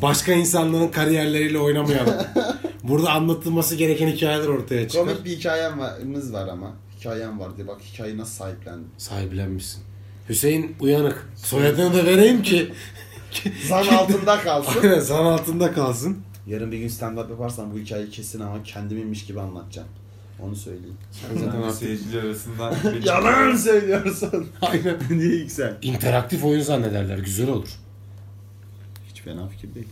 Speaker 2: Başka insanların kariyerleriyle oynamayalım. Burada anlatılması gereken hikayeler ortaya çıkar.
Speaker 1: Komik bir hikayemiz var ama. Hikayem var diye bak hikayeyi nasıl sahiplendim.
Speaker 2: Sahiplenmişsin. Hüseyin Uyanık. Soyadını da vereyim ki
Speaker 1: Zan altında kalsın.
Speaker 2: aynen zan altında kalsın.
Speaker 1: Yarın bir gün stand up yaparsam bu hikayeyi kesin ama kendiminmiş gibi anlatacağım. Onu söyleyeyim.
Speaker 2: Sen zaten artık
Speaker 3: seyirciler arasından
Speaker 1: Yalan söylüyorsun.
Speaker 2: aynen.
Speaker 1: Niye yüksel?
Speaker 2: interaktif oyun zannederler. Güzel olur.
Speaker 1: Hiç fena fikir değil.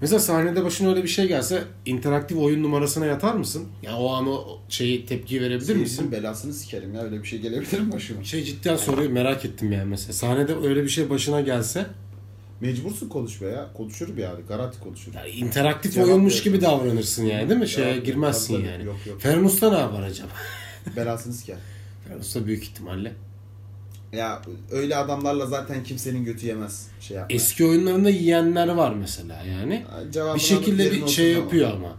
Speaker 2: Mesela sahnede başına öyle bir şey gelse interaktif oyun numarasına yatar mısın? Ya o an o şeyi tepki verebilir misin?
Speaker 1: Seyircinin belasını sikerim ya öyle bir şey gelebilir mi başıma?
Speaker 2: Şey cidden soruyu merak ettim yani mesela. Sahnede öyle bir şey başına gelse
Speaker 1: Mecbursun konuşmaya ya. Konuşur bir yani. Garanti konuşur.
Speaker 2: ya interaktif
Speaker 1: Cevap
Speaker 2: oyunmuş gibi
Speaker 1: veriyorum.
Speaker 2: davranırsın yani değil mi? Şeye
Speaker 1: Cevap
Speaker 2: girmezsin
Speaker 1: veriyorum.
Speaker 2: yani.
Speaker 1: Yok, yok.
Speaker 2: Ferhan Usta ne yapar acaba?
Speaker 1: Belasını siker.
Speaker 2: Ferhan Usta büyük ihtimalle.
Speaker 1: Ya öyle adamlarla zaten kimsenin götü yemez. Şey yapma.
Speaker 2: Eski oyunlarında yiyenler var mesela yani.
Speaker 1: Cevabını
Speaker 2: Bir şekilde
Speaker 1: alıp yerine
Speaker 2: bir şey
Speaker 1: oturtamam.
Speaker 2: yapıyor ama.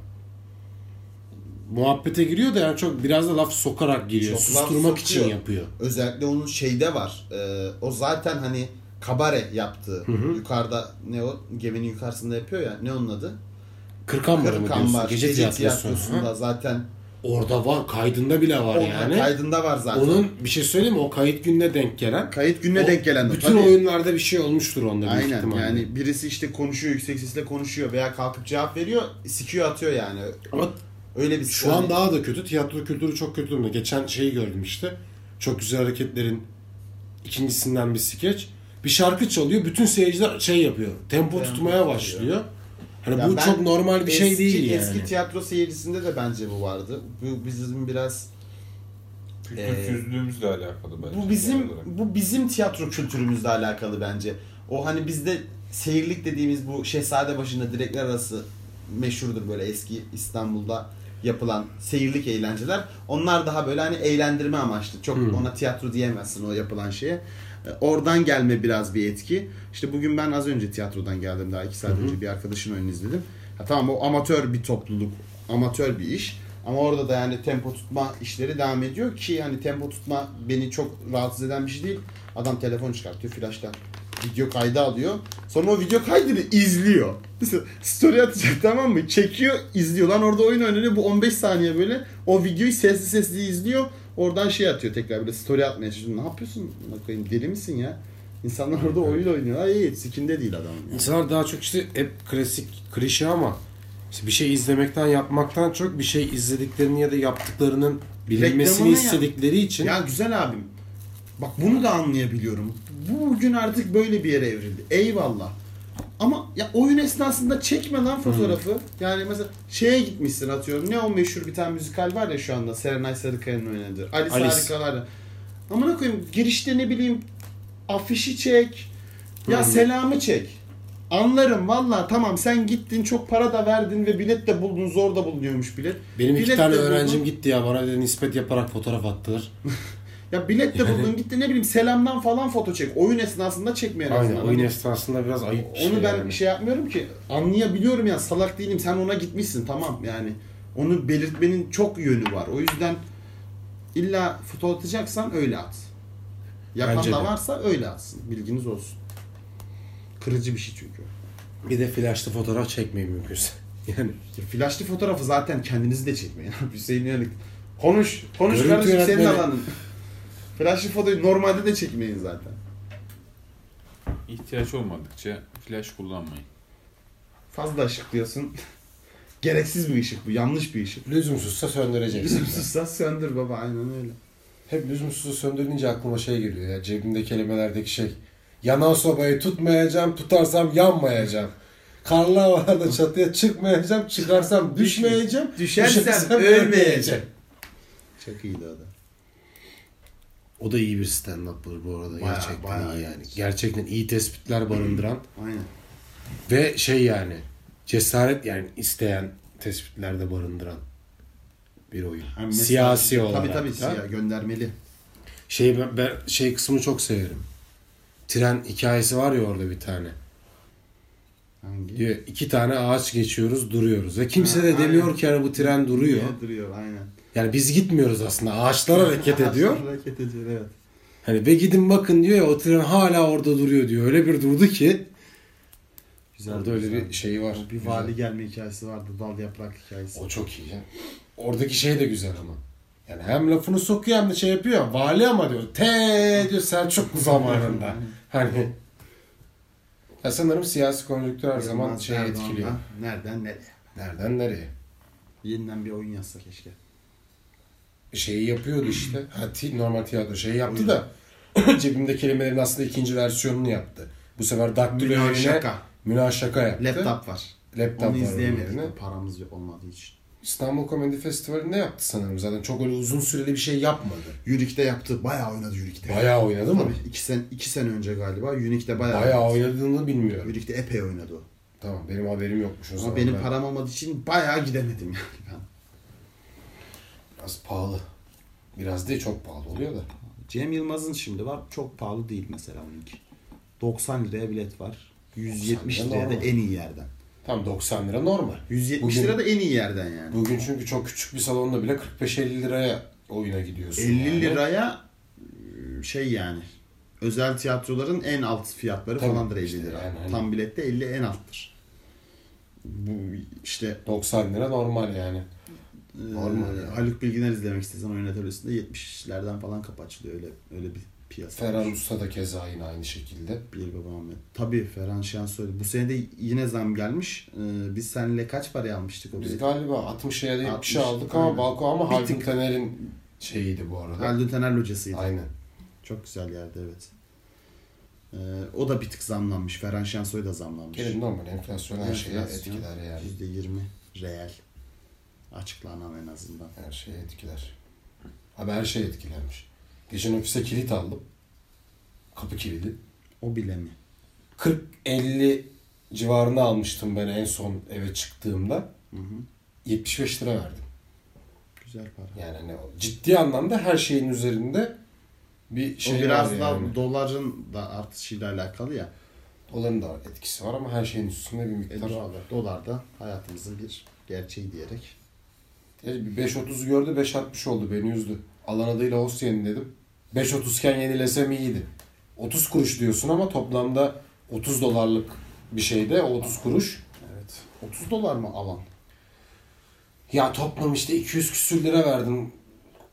Speaker 2: Muhabbete giriyor da yani çok biraz da laf sokarak giriyor.
Speaker 1: Çok laf
Speaker 2: Susturmak için
Speaker 1: sokuyor.
Speaker 2: yapıyor.
Speaker 1: Özellikle onun şeyde var. Ee, o zaten hani kabare yaptığı. Yukarıda ne o? Geminin yukarısında yapıyor ya. Ne onun adı?
Speaker 2: Kırkan mı
Speaker 1: Kırık
Speaker 2: diyorsun?
Speaker 1: Ambar.
Speaker 2: Gece, tiyatrosunda.
Speaker 1: tiyatrosunda zaten.
Speaker 2: Orada var. Kaydında bile var
Speaker 1: Onun
Speaker 2: yani.
Speaker 1: kaydında var zaten.
Speaker 2: Onun bir şey söyleyeyim mi? O kayıt gününe denk gelen.
Speaker 1: Kayıt gününe
Speaker 2: O
Speaker 1: denk gelen. o.
Speaker 2: Bütün
Speaker 1: Tabii.
Speaker 2: oyunlarda bir şey olmuştur onda büyük
Speaker 1: Aynen
Speaker 2: ihtimalle.
Speaker 1: yani birisi işte konuşuyor yüksek sesle konuşuyor veya kalkıp cevap veriyor sikiyor atıyor yani.
Speaker 2: Ama
Speaker 1: Öyle bir
Speaker 2: şu an daha da kötü. Tiyatro kültürü çok kötü durumda. Geçen şeyi gördüm işte. Çok güzel hareketlerin ikincisinden bir skeç. Bir şarkı çalıyor. Bütün seyirciler şey yapıyor. Tempo
Speaker 1: Tempo
Speaker 2: tutmaya başlıyor. Hani
Speaker 1: Ya
Speaker 2: bu
Speaker 1: ben
Speaker 2: çok normal bir şey
Speaker 1: eski-
Speaker 2: değil yani.
Speaker 1: Eski tiyatro seyircisinde de bence bu vardı. Bu bizim biraz
Speaker 3: kültürsüzlüğümüzle alakalı bence.
Speaker 1: bu bizim
Speaker 3: genel olarak.
Speaker 1: bu bizim tiyatro kültürümüzle alakalı bence. O hani bizde seyirlik dediğimiz bu şehzade başında direkler arası meşhurdur böyle eski İstanbul'da yapılan seyirlik eğlenceler. Onlar daha böyle hani eğlendirme amaçlı. Çok
Speaker 3: Hmm.
Speaker 1: ona tiyatro diyemezsin o yapılan şeye. E, Oradan gelme biraz bir etki. İşte bugün ben az önce tiyatrodan geldim daha iki saat önce bir arkadaşın oyunu izledim. Ha, tamam o amatör bir topluluk, amatör bir iş. Ama orada da yani tempo tutma işleri devam ediyor ki yani tempo tutma beni çok rahatsız eden bir şey değil. Adam telefon çıkartıyor flash'tan. Video kaydı alıyor. Sonra o video kaydını izliyor. Mesela Story atacak tamam mı? Çekiyor, izliyor. Lan orada oyun oynanıyor. Bu 15 saniye böyle o videoyu sesli sesli izliyor. Oradan şey atıyor tekrar böyle story atmaya çalışıyor. Ne yapıyorsun? Bakayım deli misin ya? İnsanlar orada oyun oynuyorlar. İyi, sikinde değil adam. yani.
Speaker 2: İnsanlar daha çok işte hep klasik klişe ama işte bir şey izlemekten yapmaktan çok bir şey izlediklerini ya da yaptıklarının bilinmesini
Speaker 1: Reklamını
Speaker 2: istedikleri için
Speaker 1: Ya güzel abim. Bak bunu da anlayabiliyorum. Bu bugün artık böyle bir yere evrildi. Eyvallah. Ama ya oyun esnasında çekme lan fotoğrafı. Yani mesela şeye gitmişsin atıyorum. Ne o meşhur bir tane müzikal var ya şu anda. Serenay Sarıkaya'nın oynadığı. Alice,
Speaker 2: Alice.
Speaker 1: Harikalar'da. Amına koyayım girişte ne bileyim afişi çek. Ya
Speaker 2: Hı hı.
Speaker 1: selamı çek. Anlarım valla tamam sen gittin çok para da verdin ve bilet de buldun zor da bulunuyormuş bilet.
Speaker 2: benim iki
Speaker 1: Bilet
Speaker 2: tane
Speaker 1: de buldun.
Speaker 2: öğrencim gitti ya bana dedi, nispet yaparak fotoğraf attılar.
Speaker 1: Ya bilet de buldun gitti ne bileyim selamdan falan foto çek. Oyun esnasında çekmeyen
Speaker 2: Aynen
Speaker 1: aslında.
Speaker 2: oyun esnasında biraz ayıp bir şey
Speaker 1: Onu ben
Speaker 2: yani.
Speaker 1: şey yapmıyorum ki anlayabiliyorum ya salak değilim sen ona gitmişsin tamam yani. Onu belirtmenin çok yönü var. O yüzden illa foto atacaksan öyle at. Yapan
Speaker 2: Bence
Speaker 1: da
Speaker 2: de.
Speaker 1: varsa öyle atsın. Bilginiz olsun. Kırıcı bir şey çünkü.
Speaker 2: Bir de flashlı fotoğraf çekmeyi mümkünse. Yani
Speaker 1: Ya Flaşlı fotoğrafı zaten kendinizi de çekmeyin. Hüseyin Yanık. Konuş. Konuş
Speaker 2: Görüntü
Speaker 1: kardeşim senin
Speaker 2: yönetmeni.
Speaker 1: alanın. Flaşlı fotoğrafı normalde de çekmeyin zaten.
Speaker 3: İhtiyaç olmadıkça flash kullanmayın.
Speaker 1: fazla ışıklıyorsun. Gereksiz bir ışık bu. Yanlış bir ışık.
Speaker 2: lüzumsuzsa söndüreceksin.
Speaker 1: Lüzumsuzsa söndür baba aynen öyle.
Speaker 2: Hep lüzumsuzu söndürünce aklıma şey geliyor ya cebimde kelimelerdeki şey. Yanan sobayı tutmayacağım, tutarsam yanmayacağım. Karlı havalarda çatıya çıkmayacağım, çıkarsam düşmeyeceğim.
Speaker 1: Düşersem ölmeyeceğim. Çok iyiydi o da.
Speaker 2: O da iyi bir stand-up'dır bu arada.
Speaker 1: Bayağı,
Speaker 2: gerçekten
Speaker 1: bayağı
Speaker 2: iyi
Speaker 1: iyi.
Speaker 2: yani. Gerçekten iyi tespitler barındıran
Speaker 1: Aynen.
Speaker 2: ve şey yani cesaret yani isteyen tespitlerde barındıran bir oyun.
Speaker 1: Hem mesaj-
Speaker 2: siyasi olarak.
Speaker 1: Tabii tabii
Speaker 2: da.
Speaker 1: siyah göndermeli.
Speaker 2: Şey ben, ben şey kısmını çok severim. Tren hikayesi var ya orada bir tane.
Speaker 1: Hangi?
Speaker 2: Diyor iki tane ağaç geçiyoruz, duruyoruz ve kimse
Speaker 1: Ha,
Speaker 2: de
Speaker 1: aynen.
Speaker 2: demiyor ki yani bu tren duruyor.
Speaker 1: Niye duruyor aynen.
Speaker 2: Yani biz gitmiyoruz aslında. Ağaçlar hareket ediyor.
Speaker 1: Hareket ediyor evet.
Speaker 2: Hani ve gidin bakın diyor ya o tren hala orada duruyor diyor. Öyle bir durdu ki
Speaker 1: Güzel.
Speaker 2: Orada öyle bir şey var.
Speaker 1: O bir
Speaker 2: Güzel.
Speaker 1: vali gelme hikayesi vardı. Dal yaprak hikayesi.
Speaker 2: O çok iyi. ya. Oradaki şey de güzel ama. Yani hem lafını sokuyor hem de şey yapıyor. Vali ama diyor. Te diyor Selçuklu zamanında. hani ya sanırım siyasi konjüktür her zaman
Speaker 1: Yılmaz
Speaker 2: şey
Speaker 1: Erdoğan'dan
Speaker 2: etkiliyor.
Speaker 1: Nereden nereye?
Speaker 2: Nereden nereye?
Speaker 1: Yeniden bir oyun yazsa keşke.
Speaker 2: Şeyi yapıyordu
Speaker 1: Hmm.
Speaker 2: işte. Ha, ti, normal tiyatro şeyi yaptı da cebimde kelimelerin aslında ikinci versiyonunu yaptı. Bu sefer daktilo
Speaker 1: Münah
Speaker 2: yerine
Speaker 1: Şaka.
Speaker 2: Münah Şaka yaptı.
Speaker 1: Laptop var.
Speaker 2: Laptop
Speaker 1: Onu
Speaker 2: var onun yerine.
Speaker 1: izleyemedik. Paramız yok olmadığı için.
Speaker 2: İstanbul Komedi Festivali'nde yaptı sanırım. Zaten çok öyle uzun süreli bir şey yapmadı.
Speaker 1: Yürik'te yaptı. Bayağı oynadı Yürik'te.
Speaker 2: Bayağı oynadı mı?
Speaker 1: Tabii iki sene, iki sene önce galiba Unique'de bayağı,
Speaker 2: Bayağı oynadığını bilmiyorum.
Speaker 1: Unique'de epey oynadı o.
Speaker 2: Tamam benim haberim yokmuş o
Speaker 1: Ama
Speaker 2: zaman.
Speaker 1: benim
Speaker 2: Ben-
Speaker 1: param olmadığı için bayağı gidemedim yani ben.
Speaker 2: Biraz pahalı. Biraz değil çok pahalı oluyor da.
Speaker 1: Cem Yılmaz'ın şimdi var çok pahalı değil mesela onunki. 90 liraya bilet var. 170
Speaker 2: lira
Speaker 1: liraya da
Speaker 2: normal.
Speaker 1: en iyi yerden.
Speaker 2: Tam 90 lira normal.
Speaker 1: 170
Speaker 2: Bugün-
Speaker 1: lira da en iyi yerden yani.
Speaker 2: Bugün çünkü çok küçük bir salonda bile 45-50 liraya oyuna gidiyorsun.
Speaker 1: 50
Speaker 2: yani.
Speaker 1: liraya e, şey yani özel tiyatroların en alt fiyatları
Speaker 2: Tabii,
Speaker 1: falandır 50
Speaker 2: işte
Speaker 1: lira.
Speaker 2: yani, hani- aynen.
Speaker 1: Tam bilette 50 en alttır. Bu işte
Speaker 2: 90 lira normal yani. Normal
Speaker 1: Ee,
Speaker 2: yani.
Speaker 1: Haluk Bilginer izlemek istesen oyun atölyesinde 70'lerden falan kapı açılıyor öyle öyle bir piyasa.
Speaker 2: Ferhan Usta da keza yine aynı şekilde.
Speaker 1: Bir baba Ahmet. Tabii Ferhan Şen söyledi. Bu sene de yine zam gelmiş. Ee, biz seninle kaç paraya almıştık o
Speaker 2: Biz
Speaker 1: bileti?
Speaker 2: galiba 60 ya da 70'e
Speaker 1: 60,
Speaker 2: aldık ama
Speaker 1: aynen.
Speaker 2: balkon ama
Speaker 1: Bir
Speaker 2: Haldun
Speaker 1: tık.
Speaker 2: Taner'in şeyiydi bu arada.
Speaker 1: Haldun Taner locasıydı.
Speaker 2: Aynen.
Speaker 1: Çok güzel yerde evet. Ee, o da bir tık zamlanmış. Ferhan Şensoy da zamlanmış. şey
Speaker 2: Gelin normal enflasyon her şeye
Speaker 1: Enflasyon
Speaker 2: etkiler yani.
Speaker 1: %20 reel. Açıklanan en azından.
Speaker 2: Her şey etkiler. Abi her şey etkilenmiş. Geçen ofise kilit aldım. Kapı kilidi.
Speaker 1: O bile mi?
Speaker 2: 40-50 civarında almıştım ben en son eve çıktığımda.
Speaker 1: Hı hı.
Speaker 2: 75 lira verdim.
Speaker 1: Güzel para.
Speaker 2: Yani hani ciddi anlamda her şeyin üzerinde bir şey
Speaker 1: o biraz
Speaker 2: var
Speaker 1: da
Speaker 2: yani.
Speaker 1: doların da artışıyla alakalı ya.
Speaker 2: Onların da etkisi var ama her şeyin üstünde bir
Speaker 1: E,
Speaker 2: miktar.
Speaker 1: dolar, dolar da hayatımızın bir gerçeği diyerek
Speaker 2: Gerçi bir 5.30 gördü 5.60 oldu beni üzdü. Alan adıyla host yeniledim. 5.30 iken yenilesem iyiydi. 30 kuruş diyorsun ama toplamda 30 dolarlık bir şeyde o 30 kuruş.
Speaker 3: Evet.
Speaker 1: 30 dolar mı alan?
Speaker 2: Ya toplam işte 200 küsür lira verdim.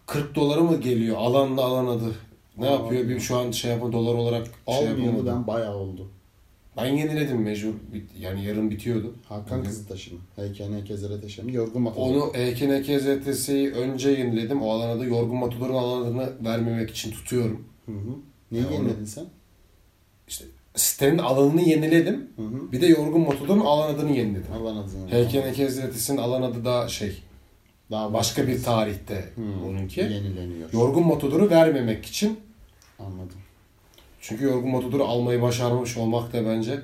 Speaker 2: 40 dolara mı geliyor alanla alan adı? Ne
Speaker 3: Aa,
Speaker 2: yapıyor? Bir şu an şey yapma dolar olarak şey
Speaker 1: Almıyor mu
Speaker 2: yapamadım.
Speaker 1: ben bayağı oldu.
Speaker 2: Ben yeniledim mecbur. Bit- Yani yarın bitiyordu.
Speaker 1: Hakan Kızıltaş'ı mı? Heyken Hekezere Teşem. Yorgun Matador.
Speaker 2: Onu E EKNKZTS'yi önce yeniledim. O alana da Yorgun Matador'un alanını vermemek için tutuyorum.
Speaker 1: Hı hı. Neyi
Speaker 2: Ya
Speaker 1: yeniledin sen?
Speaker 2: İşte sitenin alanını yeniledim.
Speaker 1: Hı hı.
Speaker 2: Bir de Yorgun Matador'un alan adını yeniledim.
Speaker 1: Allah'ın adını.
Speaker 2: HKNKZTS'nin alan adı da şey
Speaker 1: Daha
Speaker 2: başka bir tarihte onunki.
Speaker 1: Yenileniyor.
Speaker 2: Yorgun Matador'u vermemek için
Speaker 1: Anladım.
Speaker 2: Çünkü yorgun motoru almayı başarmış olmak da bence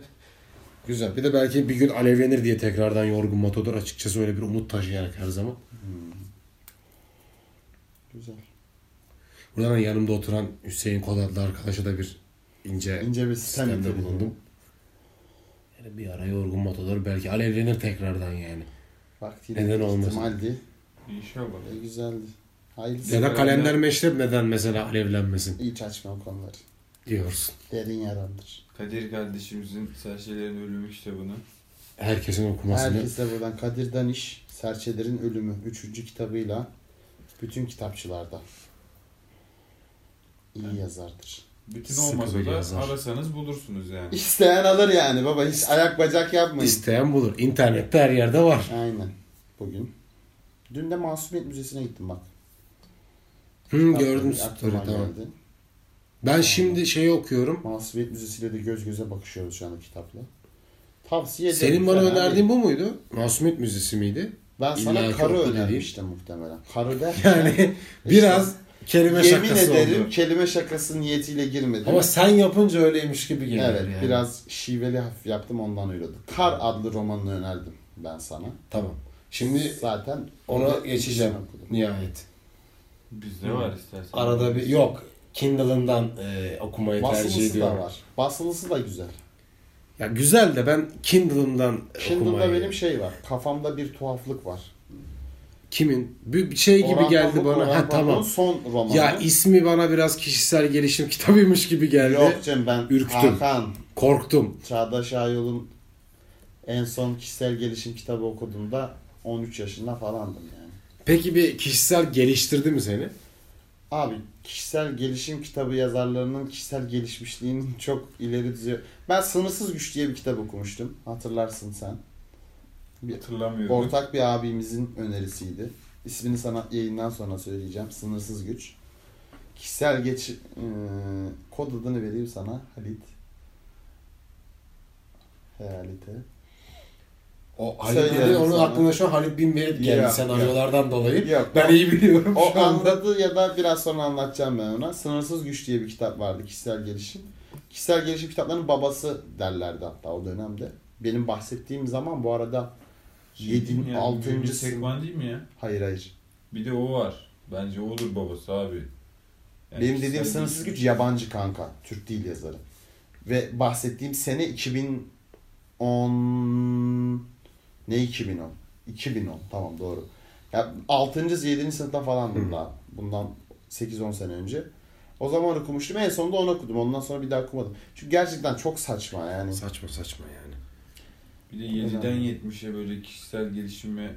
Speaker 2: güzel. Bir de belki bir gün alevlenir diye tekrardan yorgun motodur açıkçası öyle bir umut taşıyarak her zaman.
Speaker 1: Güzel.
Speaker 2: Buradan yanımda oturan Hüseyin Kod adlı arkadaşa da bir ince
Speaker 1: İnce bir sistem
Speaker 2: sistemde
Speaker 1: getirdim.
Speaker 2: bulundum. Yani bir ara yorgun motodur belki alevlenir tekrardan yani.
Speaker 1: Vaktiyle
Speaker 2: Neden
Speaker 1: bir
Speaker 2: olmasın?
Speaker 1: ihtimaldi.
Speaker 3: İnşallah.
Speaker 1: E, güzeldi. Hayırlısı.
Speaker 2: Ya da
Speaker 3: Tekrardan-
Speaker 2: kalender meşrep neden mesela alevlenmesin
Speaker 1: Hiç açma o konuları.
Speaker 2: diyorsun.
Speaker 1: Derin yarandır.
Speaker 3: Kadir kardeşimizin serçelerin ölümü kitabını
Speaker 2: Herkesin okumasını.
Speaker 1: Herkese buradan Kadir'den iş. Serçelerin Ölümü 3. kitabıyla bütün kitapçılarda. İyi yazardır.
Speaker 3: bütün
Speaker 2: Sıkı
Speaker 3: olmasa
Speaker 2: bir
Speaker 3: da
Speaker 2: yazar.
Speaker 3: arasanız bulursunuz yani.
Speaker 1: İsteyen alır yani baba. Hiç ayak bacak yapmayın.
Speaker 2: İsteyen bulur. İnternette her yerde var.
Speaker 1: Aynen. Bugün. Dün de Masumiyet Müzesi'ne gittim bak.
Speaker 2: Hı,
Speaker 1: Kitap
Speaker 2: gördüm
Speaker 1: tabii aklıma
Speaker 2: story tamam.
Speaker 1: geldi.
Speaker 2: Ben şimdi şeyi okuyorum.
Speaker 1: Masumiyet Müzesi'yle de göz göze bakışıyoruz şu anda kitapla. Tavsiye ederim.
Speaker 2: Senin bana
Speaker 1: Fena değil.
Speaker 2: önerdiğin bu muydu? Masumiyet Müzesi miydi?
Speaker 1: Ben sana
Speaker 2: İllaki
Speaker 1: karı
Speaker 2: oku dediğim.
Speaker 1: önermiştim muhtemelen. Karı der.
Speaker 2: Yani biraz kelime
Speaker 1: Yemin
Speaker 2: şakası
Speaker 1: ederim
Speaker 2: oldu.
Speaker 1: kelime şakası niyetiyle girmedim.
Speaker 2: Ama sen yapınca öyleymiş gibi geliyor
Speaker 1: evet
Speaker 2: yani.
Speaker 1: biraz şiveli hafif yaptım ondan öyle oldu. Kar adlı romanını önerdim ben sana.
Speaker 2: Tamam. Şimdi
Speaker 1: zaten
Speaker 2: ona
Speaker 1: orada
Speaker 2: geçeceğim
Speaker 1: okudum.
Speaker 2: nihayet.
Speaker 3: Bizde var istersen.
Speaker 2: Arada bir yok. Kindle'ından e, okumayı tercih
Speaker 1: Basılısı
Speaker 2: ediyorum.
Speaker 1: da var. Basılısı da güzel.
Speaker 2: Ya güzel de ben Kindle'ından
Speaker 1: Kindle'da
Speaker 2: okumayı.
Speaker 1: benim şey var. Kafamda bir tuhaflık var.
Speaker 2: Kimin? Bir bir şey gibi
Speaker 1: Orhan
Speaker 2: geldi
Speaker 1: Pamuk,
Speaker 2: bana.
Speaker 1: Orhan
Speaker 2: Ha
Speaker 1: Pamuk'un
Speaker 2: tamam.
Speaker 1: son romanı.
Speaker 2: Ya ismi bana biraz kişisel gelişim kitabıymış gibi geldi.
Speaker 1: Yok canım ben
Speaker 2: Ürktüm.
Speaker 1: Hakan
Speaker 2: Korktum.
Speaker 1: Çağdaş Ayol'un en son kişisel gelişim kitabı okuduğumda 13 yaşında falandım yani.
Speaker 2: Peki bir kişisel geliştirdi mi seni?
Speaker 1: Abi kişisel gelişim kitabı yazarlarının kişisel gelişmişliğinin çok ileri düzey. Ben Sınırsız Güç diye bir kitap okumuştum. Hatırlarsın sen. Bir
Speaker 3: Hatırlamıyorum.
Speaker 1: ortak bir abimizin önerisiydi. İsmini sana yayından sonra söyleyeceğim. Sınırsız Güç. Kişisel geç eee, kod adını vereyim sana Halit. Halit'e.
Speaker 2: O
Speaker 1: Söylerim
Speaker 2: Halit dedi, onun
Speaker 1: sana.
Speaker 2: aklına şu an Halit Bin Velid geldi
Speaker 1: Yok,
Speaker 2: sen
Speaker 1: yok.
Speaker 2: arıyorlardan dolayı.
Speaker 1: Yok.
Speaker 2: Ben iyi biliyorum
Speaker 1: O
Speaker 2: şu anda.
Speaker 1: anladı ya da biraz sonra anlatacağım ben ona. Sınırsız Güç diye bir kitap vardı kişisel gelişim. Kişisel gelişim kitaplarının babası derlerdi hatta o dönemde. Benim bahsettiğim zaman bu arada yedin-
Speaker 3: değil mi ya?
Speaker 1: altıncı
Speaker 3: Birinci
Speaker 1: sınıf.
Speaker 3: Sekman değil mi ya?
Speaker 1: hayır hayır.
Speaker 3: Bir de o var. Bence odur babası abi. Yani şey.
Speaker 1: Benim
Speaker 3: sen
Speaker 1: dediğim
Speaker 3: bir-
Speaker 1: Sınırsız Güç yabancı kanka. Türk değil yazarı. Ve bahsettiğim sene 2010 ne 2010? 2010 tamam doğru. Ya 6. 7. sınıfta falandım daha. Bundan 8-10 sene önce. O zaman okumuştum. En sonunda onu okudum. Ondan sonra bir daha okumadım. Çünkü gerçekten çok saçma yani.
Speaker 2: Saçma saçma yani.
Speaker 3: Bir de 7'den 70'e böyle kişisel gelişime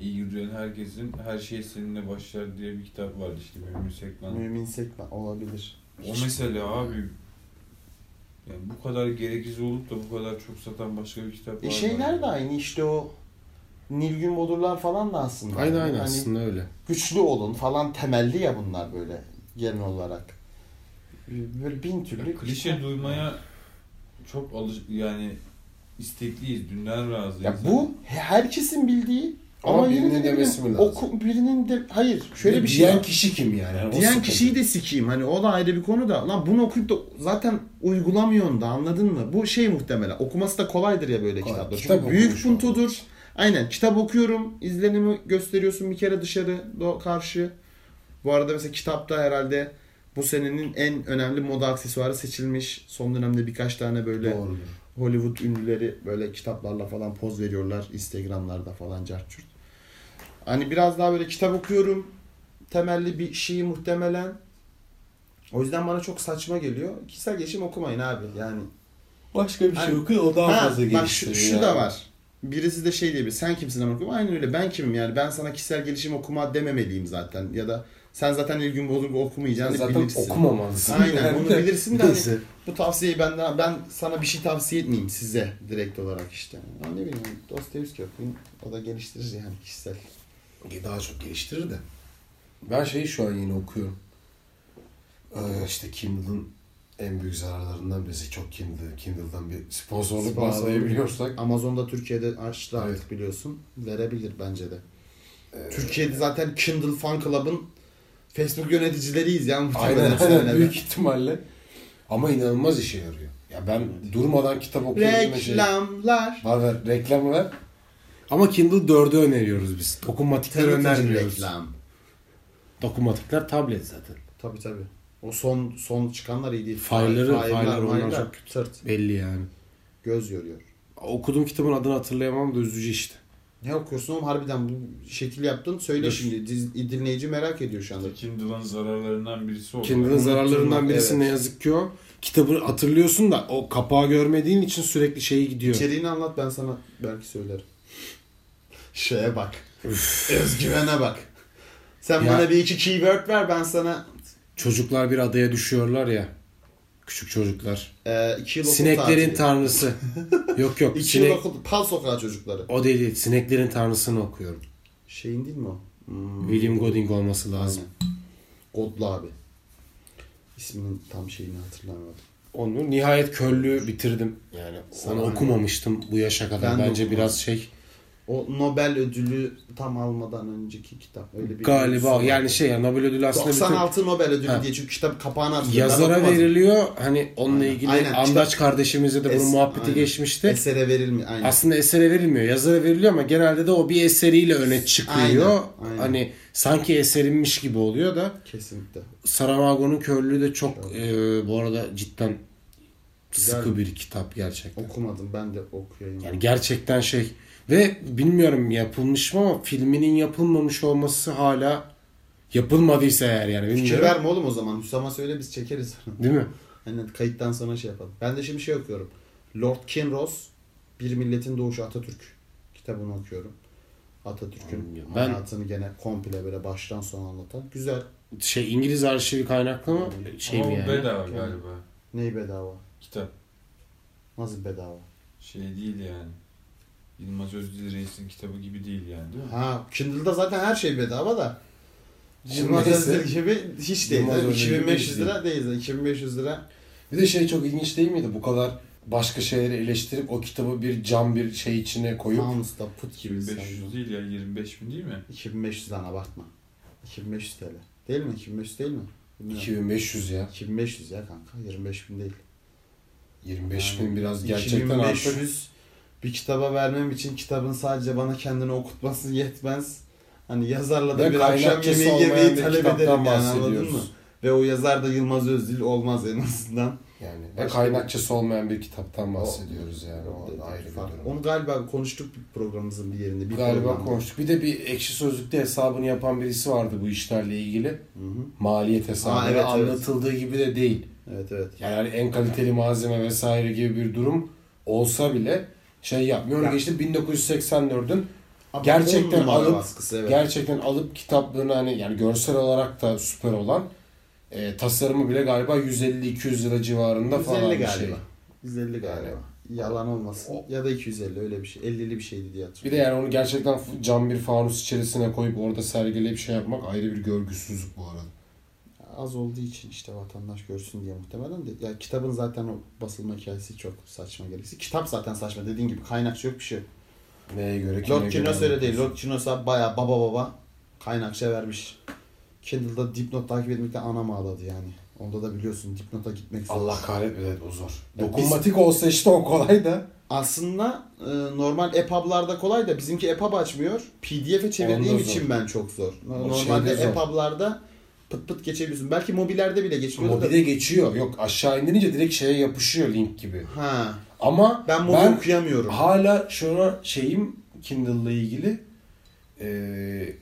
Speaker 3: ilgilen herkesin her şey seninle başlar diye bir kitap vardı işte Mümin Sekman.
Speaker 1: Mümin Sekman olabilir.
Speaker 3: O mesela abi yani bu kadar gereksiz olup da bu kadar çok satan başka bir kitap var.
Speaker 1: E
Speaker 3: mı?
Speaker 1: şeyler de aynı işte o Nilgün Bodurlar falan da aslında.
Speaker 2: Aynı aynı
Speaker 1: Hani
Speaker 2: aslında öyle.
Speaker 1: güçlü olun falan temelli ya bunlar böyle genel olarak. Böyle bin türlü
Speaker 3: Klişe duymaya çok alış yani istekliyiz, dünden razıyız.
Speaker 1: Ya bu herkesin bildiği ama,
Speaker 2: Ama
Speaker 1: yine
Speaker 2: birinin
Speaker 1: de ne
Speaker 2: demesi
Speaker 1: bileyim,
Speaker 2: mi lazım?
Speaker 1: oku- birinin de hayır şöyle bir şey.
Speaker 2: Diyen
Speaker 1: var.
Speaker 2: kişi kim yani? Yani o
Speaker 1: Diyen
Speaker 2: sıkıntı.
Speaker 1: kişiyi de sikeyim. Hani o da ayrı bir konu da. Lan bunu okuyup da zaten uygulamıyorsun da anladın mı? Bu şey muhtemelen. Okuması da kolaydır ya böyle
Speaker 2: Kolay.
Speaker 1: kitaplar.
Speaker 2: Kitap
Speaker 1: Çünkü büyük
Speaker 2: okumuş olmak.
Speaker 1: puntodur. Aynen kitap okuyorum. izlenimi gösteriyorsun bir kere dışarı do- karşı. Bu arada mesela kitapta herhalde bu senenin en önemli moda aksesuarı seçilmiş. Son dönemde birkaç tane böyle
Speaker 2: Doğrudur.
Speaker 1: Hollywood ünlüleri böyle kitaplarla falan poz veriyorlar. Instagram'larda falan cartçurt. Hani biraz daha böyle kitap okuyorum. Temelli bir şeyi muhtemelen. O yüzden bana çok saçma geliyor. Kişisel gelişim okumayın abi. Yani
Speaker 4: Başka bir şey
Speaker 1: Hani-
Speaker 4: okuyun o daha
Speaker 1: Ha,
Speaker 4: fazla
Speaker 1: bak şu,
Speaker 4: geliştiriyor.
Speaker 1: şu
Speaker 4: yani.
Speaker 1: da var. Birisi de şey diye bir sen kimsin amına koyayım. Aynen öyle ben kimim yani ben sana kişisel gelişim okuma dememeliyim zaten ya da sen zaten Nilgün Bozuk'u okumayacağını
Speaker 2: Zaten
Speaker 1: bilirsin.
Speaker 2: okumamalısın.
Speaker 1: Aynen
Speaker 4: Yani
Speaker 1: bunu
Speaker 4: de-
Speaker 1: bilirsin de hani
Speaker 4: Neyse.
Speaker 1: bu tavsiyeyi benden ben sana bir şey tavsiye etmeyeyim size direkt olarak işte. Ya ne bileyim hani Dostoyevski okuyun o da geliştirir yani kişisel.
Speaker 2: Daha çok geliştirir de. Ben şeyi şu an yine okuyorum. Ee, işte Kindle'ın en büyük zararlarından birisi. Çok Kindle, Kindle'dan bir sponsorluk,
Speaker 1: Sponsorluk.
Speaker 2: bağlayabiliyorsak.
Speaker 1: Amazon'da Türkiye'de açtı artık
Speaker 2: Evet. Ee,
Speaker 1: biliyorsun. Verebilir bence de. Türkiye'de zaten Kindle Fan Club'ın Facebook yöneticileriyiz yani muhtemelen
Speaker 2: Aynen aynen
Speaker 1: senelerde.
Speaker 2: büyük ihtimalle. Ama inanılmaz işe yarıyor. Ya ben durmadan kitap okuyorum. ve Şey,
Speaker 1: Reklamlar.
Speaker 2: var ver reklam ver. Ama Kindle 4'ü öneriyoruz biz. Dokunmatikler
Speaker 1: Tanıtıcı
Speaker 2: önermiyoruz.
Speaker 1: reklam.
Speaker 2: Dokunmatikler tablet zaten.
Speaker 1: Tabii tabii. O son son çıkanlar iyi değil.
Speaker 2: File'ları- file'lar onlar
Speaker 1: mailler,
Speaker 2: çok
Speaker 1: tırt.
Speaker 2: Belli yani.
Speaker 1: Göz yoruyor.
Speaker 2: Okuduğum kitabın adını hatırlayamam da üzücü işte.
Speaker 1: Ne okuyorsun oğlum harbiden bu şekil yaptın. Söyle
Speaker 2: Dur.
Speaker 1: şimdi. Diz- dinleyici merak ediyor şu anda.
Speaker 3: Kindle'ın Hani zararlarından birisi o.
Speaker 2: Kindle'ın
Speaker 1: Unutturmak,
Speaker 2: zararlarından birisi
Speaker 1: evet.
Speaker 2: ne yazık ki o. Kitabı hatırlıyorsun da o kapağı görmediğin için sürekli şeye gidiyor.
Speaker 1: İçeriğini anlat ben sana belki söylerim. Şeye bak. Özgüvene bak. Sen
Speaker 2: Ya-
Speaker 1: bana bir iki keyword ver ben sana
Speaker 2: Çocuklar bir adaya düşüyorlar ya. Küçük çocuklar.
Speaker 1: e, iki yıl okul
Speaker 2: Sineklerin
Speaker 1: tatili.
Speaker 2: tanrısı. yok yok.
Speaker 1: İki
Speaker 2: Sinek...
Speaker 1: yıl okul. Pal sokağı çocukları.
Speaker 2: O değil. Sineklerin tanrısını okuyorum.
Speaker 1: Şeyin değil mi o? Hmm.
Speaker 2: William Golding olması lazım.
Speaker 1: Godlu abi. İsminin tam şeyini hatırlamıyorum.
Speaker 2: Onu nihayet körlüğü bitirdim. Yani
Speaker 1: Sana
Speaker 2: onu
Speaker 1: ne?
Speaker 2: okumamıştım bu yaşa kadar.
Speaker 1: Ben de
Speaker 2: Bence
Speaker 1: okumadım.
Speaker 2: biraz şey
Speaker 1: O Nobel ödülü tam almadan önceki kitap. Öyle bir ödülü
Speaker 2: galiba
Speaker 1: var.
Speaker 2: yani şey ya Nobel ödülü aslında bir tür-
Speaker 1: 96 Nobel ödülü
Speaker 2: Ha.
Speaker 1: diye çünkü kitap kapağını açtım. Ben
Speaker 2: yazara
Speaker 1: okumadım.
Speaker 2: veriliyor. Hani onunla ilgili
Speaker 1: Aynen.
Speaker 2: Andaç kardeşimizle de bunun
Speaker 1: Es-
Speaker 2: muhabbeti
Speaker 1: aynen.
Speaker 2: geçmişti.
Speaker 1: Esere verilmiyor. Aynen.
Speaker 2: Aslında esere verilmiyor. Yazara veriliyor ama genelde de o bir eseriyle öne çıkıyor.
Speaker 1: Aynen, aynen.
Speaker 2: Hani sanki eserinmiş gibi oluyor da
Speaker 1: Kesinlikle.
Speaker 2: Saramago'nun körlüğü de çok e, bu arada cidden
Speaker 1: Güzel.
Speaker 2: sıkı bir kitap gerçekten.
Speaker 1: Okumadım ben de okuyayım.
Speaker 2: Yani gerçekten şey ve bilmiyorum yapılmış mı ama filminin yapılmamış olması hala yapılmadıysa eğer yani
Speaker 1: Fikir
Speaker 2: bilmiyorum.
Speaker 1: verme oğlum o zaman. Hüsam'a söyle biz çekeriz.
Speaker 2: Değil mi?
Speaker 1: Aynen kayıttan sonra şey yapalım. Ben de şimdi şey okuyorum. Lord Kinross Bir Milletin Doğuşu Atatürk kitabını okuyorum. Atatürk'ün
Speaker 2: Ben-
Speaker 1: hayatını gene komple böyle baştan sona anlatan. Güzel.
Speaker 2: Şey İngiliz arşivi kaynaklı mı? Şey
Speaker 3: Ama
Speaker 2: mi
Speaker 3: o
Speaker 2: yani?
Speaker 3: bedava galiba.
Speaker 1: Ney bedava?
Speaker 3: Kitap.
Speaker 1: Nasıl bedava?
Speaker 3: Şey değil yani. Yılmaz Özdil Reis'in kitabı gibi değil yani değil mi?
Speaker 1: Ha Kindle'da zaten her şey bedava da.
Speaker 2: Şimdi
Speaker 1: Yılmaz
Speaker 2: neyse.
Speaker 1: Özdil gibi hiç değil.
Speaker 2: Yılmaz Özdil gibi
Speaker 1: 2500
Speaker 2: hiç
Speaker 1: lira değil. zaten. 2500 lira.
Speaker 2: Bir de şey çok ilginç değil miydi? Bu kadar başka şeyleri eleştirip o kitabı bir cam bir şey içine koyup
Speaker 1: Pounds'da put gibi.
Speaker 3: 2500
Speaker 1: sanırım.
Speaker 3: değil ya 25 bin değil mi?
Speaker 1: 2500'den abartma. 2500 TL. Değil mi? 2500 değil mi? Bilmiyorum.
Speaker 2: 2500 ya.
Speaker 1: 2500 ya kanka. 25 bin değil.
Speaker 2: 25
Speaker 1: Yani
Speaker 2: bin biraz gerçekten artık.
Speaker 1: 2500 bir kitaba vermem için kitabın sadece bana kendini okutması yetmez. Hani yazarla da
Speaker 2: Ve
Speaker 1: bir akşam
Speaker 2: kaynakçası
Speaker 1: yemeği
Speaker 2: olmayan
Speaker 1: yemeyi
Speaker 2: bir
Speaker 1: talep
Speaker 2: kitaptan
Speaker 1: ederim yani anladın
Speaker 2: bahsediyoruz.
Speaker 1: mı? Ve o yazar da Yılmaz Özdil olmaz en azından.
Speaker 2: Yani ve
Speaker 1: Başka-
Speaker 2: kaynakçası olmayan bir kitaptan bahsediyoruz yani. O da ayrı bir
Speaker 1: Farklı.
Speaker 2: durum.
Speaker 1: Onu galiba konuştuk bir programımızın bir yerinde. Bir
Speaker 2: Galiba
Speaker 1: programda.
Speaker 2: konuştuk. Bir de bir ekşi sözlükte hesabını yapan birisi vardı bu işlerle ilgili.
Speaker 1: Hı hı.
Speaker 2: Maliyet hesabı
Speaker 1: Aa,
Speaker 2: ve
Speaker 1: evet, evet.
Speaker 2: anlatıldığı gibi de değil.
Speaker 1: Evet evet.
Speaker 2: Yani en kaliteli malzeme vesaire gibi bir durum olsa bile şey yapmıyor. Ona
Speaker 1: Ya.
Speaker 2: geçti 1984'ün
Speaker 1: Ama
Speaker 2: Gerçekten
Speaker 1: on numara
Speaker 2: alıp-
Speaker 1: baskısı, evet.
Speaker 2: gerçekten alıp kitaplığını hani yani görsel olarak da süper olan e, tasarımı bile galiba 150-200 lira civarında
Speaker 1: 150
Speaker 2: falan bir
Speaker 1: galiba.
Speaker 2: şey.
Speaker 1: 150 galiba. Yalan olmasın.
Speaker 2: O-
Speaker 1: Ya da 250 öyle bir şey. 50'li bir şeydi diye
Speaker 2: Bir de
Speaker 1: hatırlıyorum.
Speaker 2: yani onu gerçekten f- cam bir fanus içerisine koyup orada sergileyip şey yapmak ayrı bir görgüsüzlük bu arada.
Speaker 1: Az olduğu için işte vatandaş görsün diye muhtemelen de. Ya kitabın zaten o basılma hikayesi çok saçma gereksiz. Kitap zaten saçma. Dediğin gibi kaynakçı yok bir şey. yok.
Speaker 2: Neye göre kime
Speaker 1: Lord
Speaker 2: göre
Speaker 1: Kinos öyle değil.
Speaker 2: anlatıyorsun?
Speaker 1: Lord Kinos'a baya baba baba kaynakçı vermiş. Kindle'da dipnot takip etmekte anam ağladı yani. Onda da biliyorsun dipnota gitmek zor.
Speaker 2: Allah kahretmesin evet, o zor.
Speaker 1: Ya
Speaker 2: Dokunmatik olsa işte o kolay da.
Speaker 1: Aslında e, normal EPUB'larda kolay da bizimki E EPUB açmıyor. PDF'e çevirdiğim
Speaker 2: Onda zor.
Speaker 1: için ben çok zor. Normalde E
Speaker 2: şeyde zor.
Speaker 1: EPUB'larda pıt pıt geçebiliyorsun. Belki mobilerde bile geçmiyor da.
Speaker 2: Mobide geçiyor. Yok aşağı indirince direkt şeye yapışıyor link gibi.
Speaker 1: Ha.
Speaker 2: Ama
Speaker 1: Ben mobil
Speaker 2: ben
Speaker 1: okuyamıyorum.
Speaker 2: hala şuna şeyim Kindle'la ilgili. Ee, eee,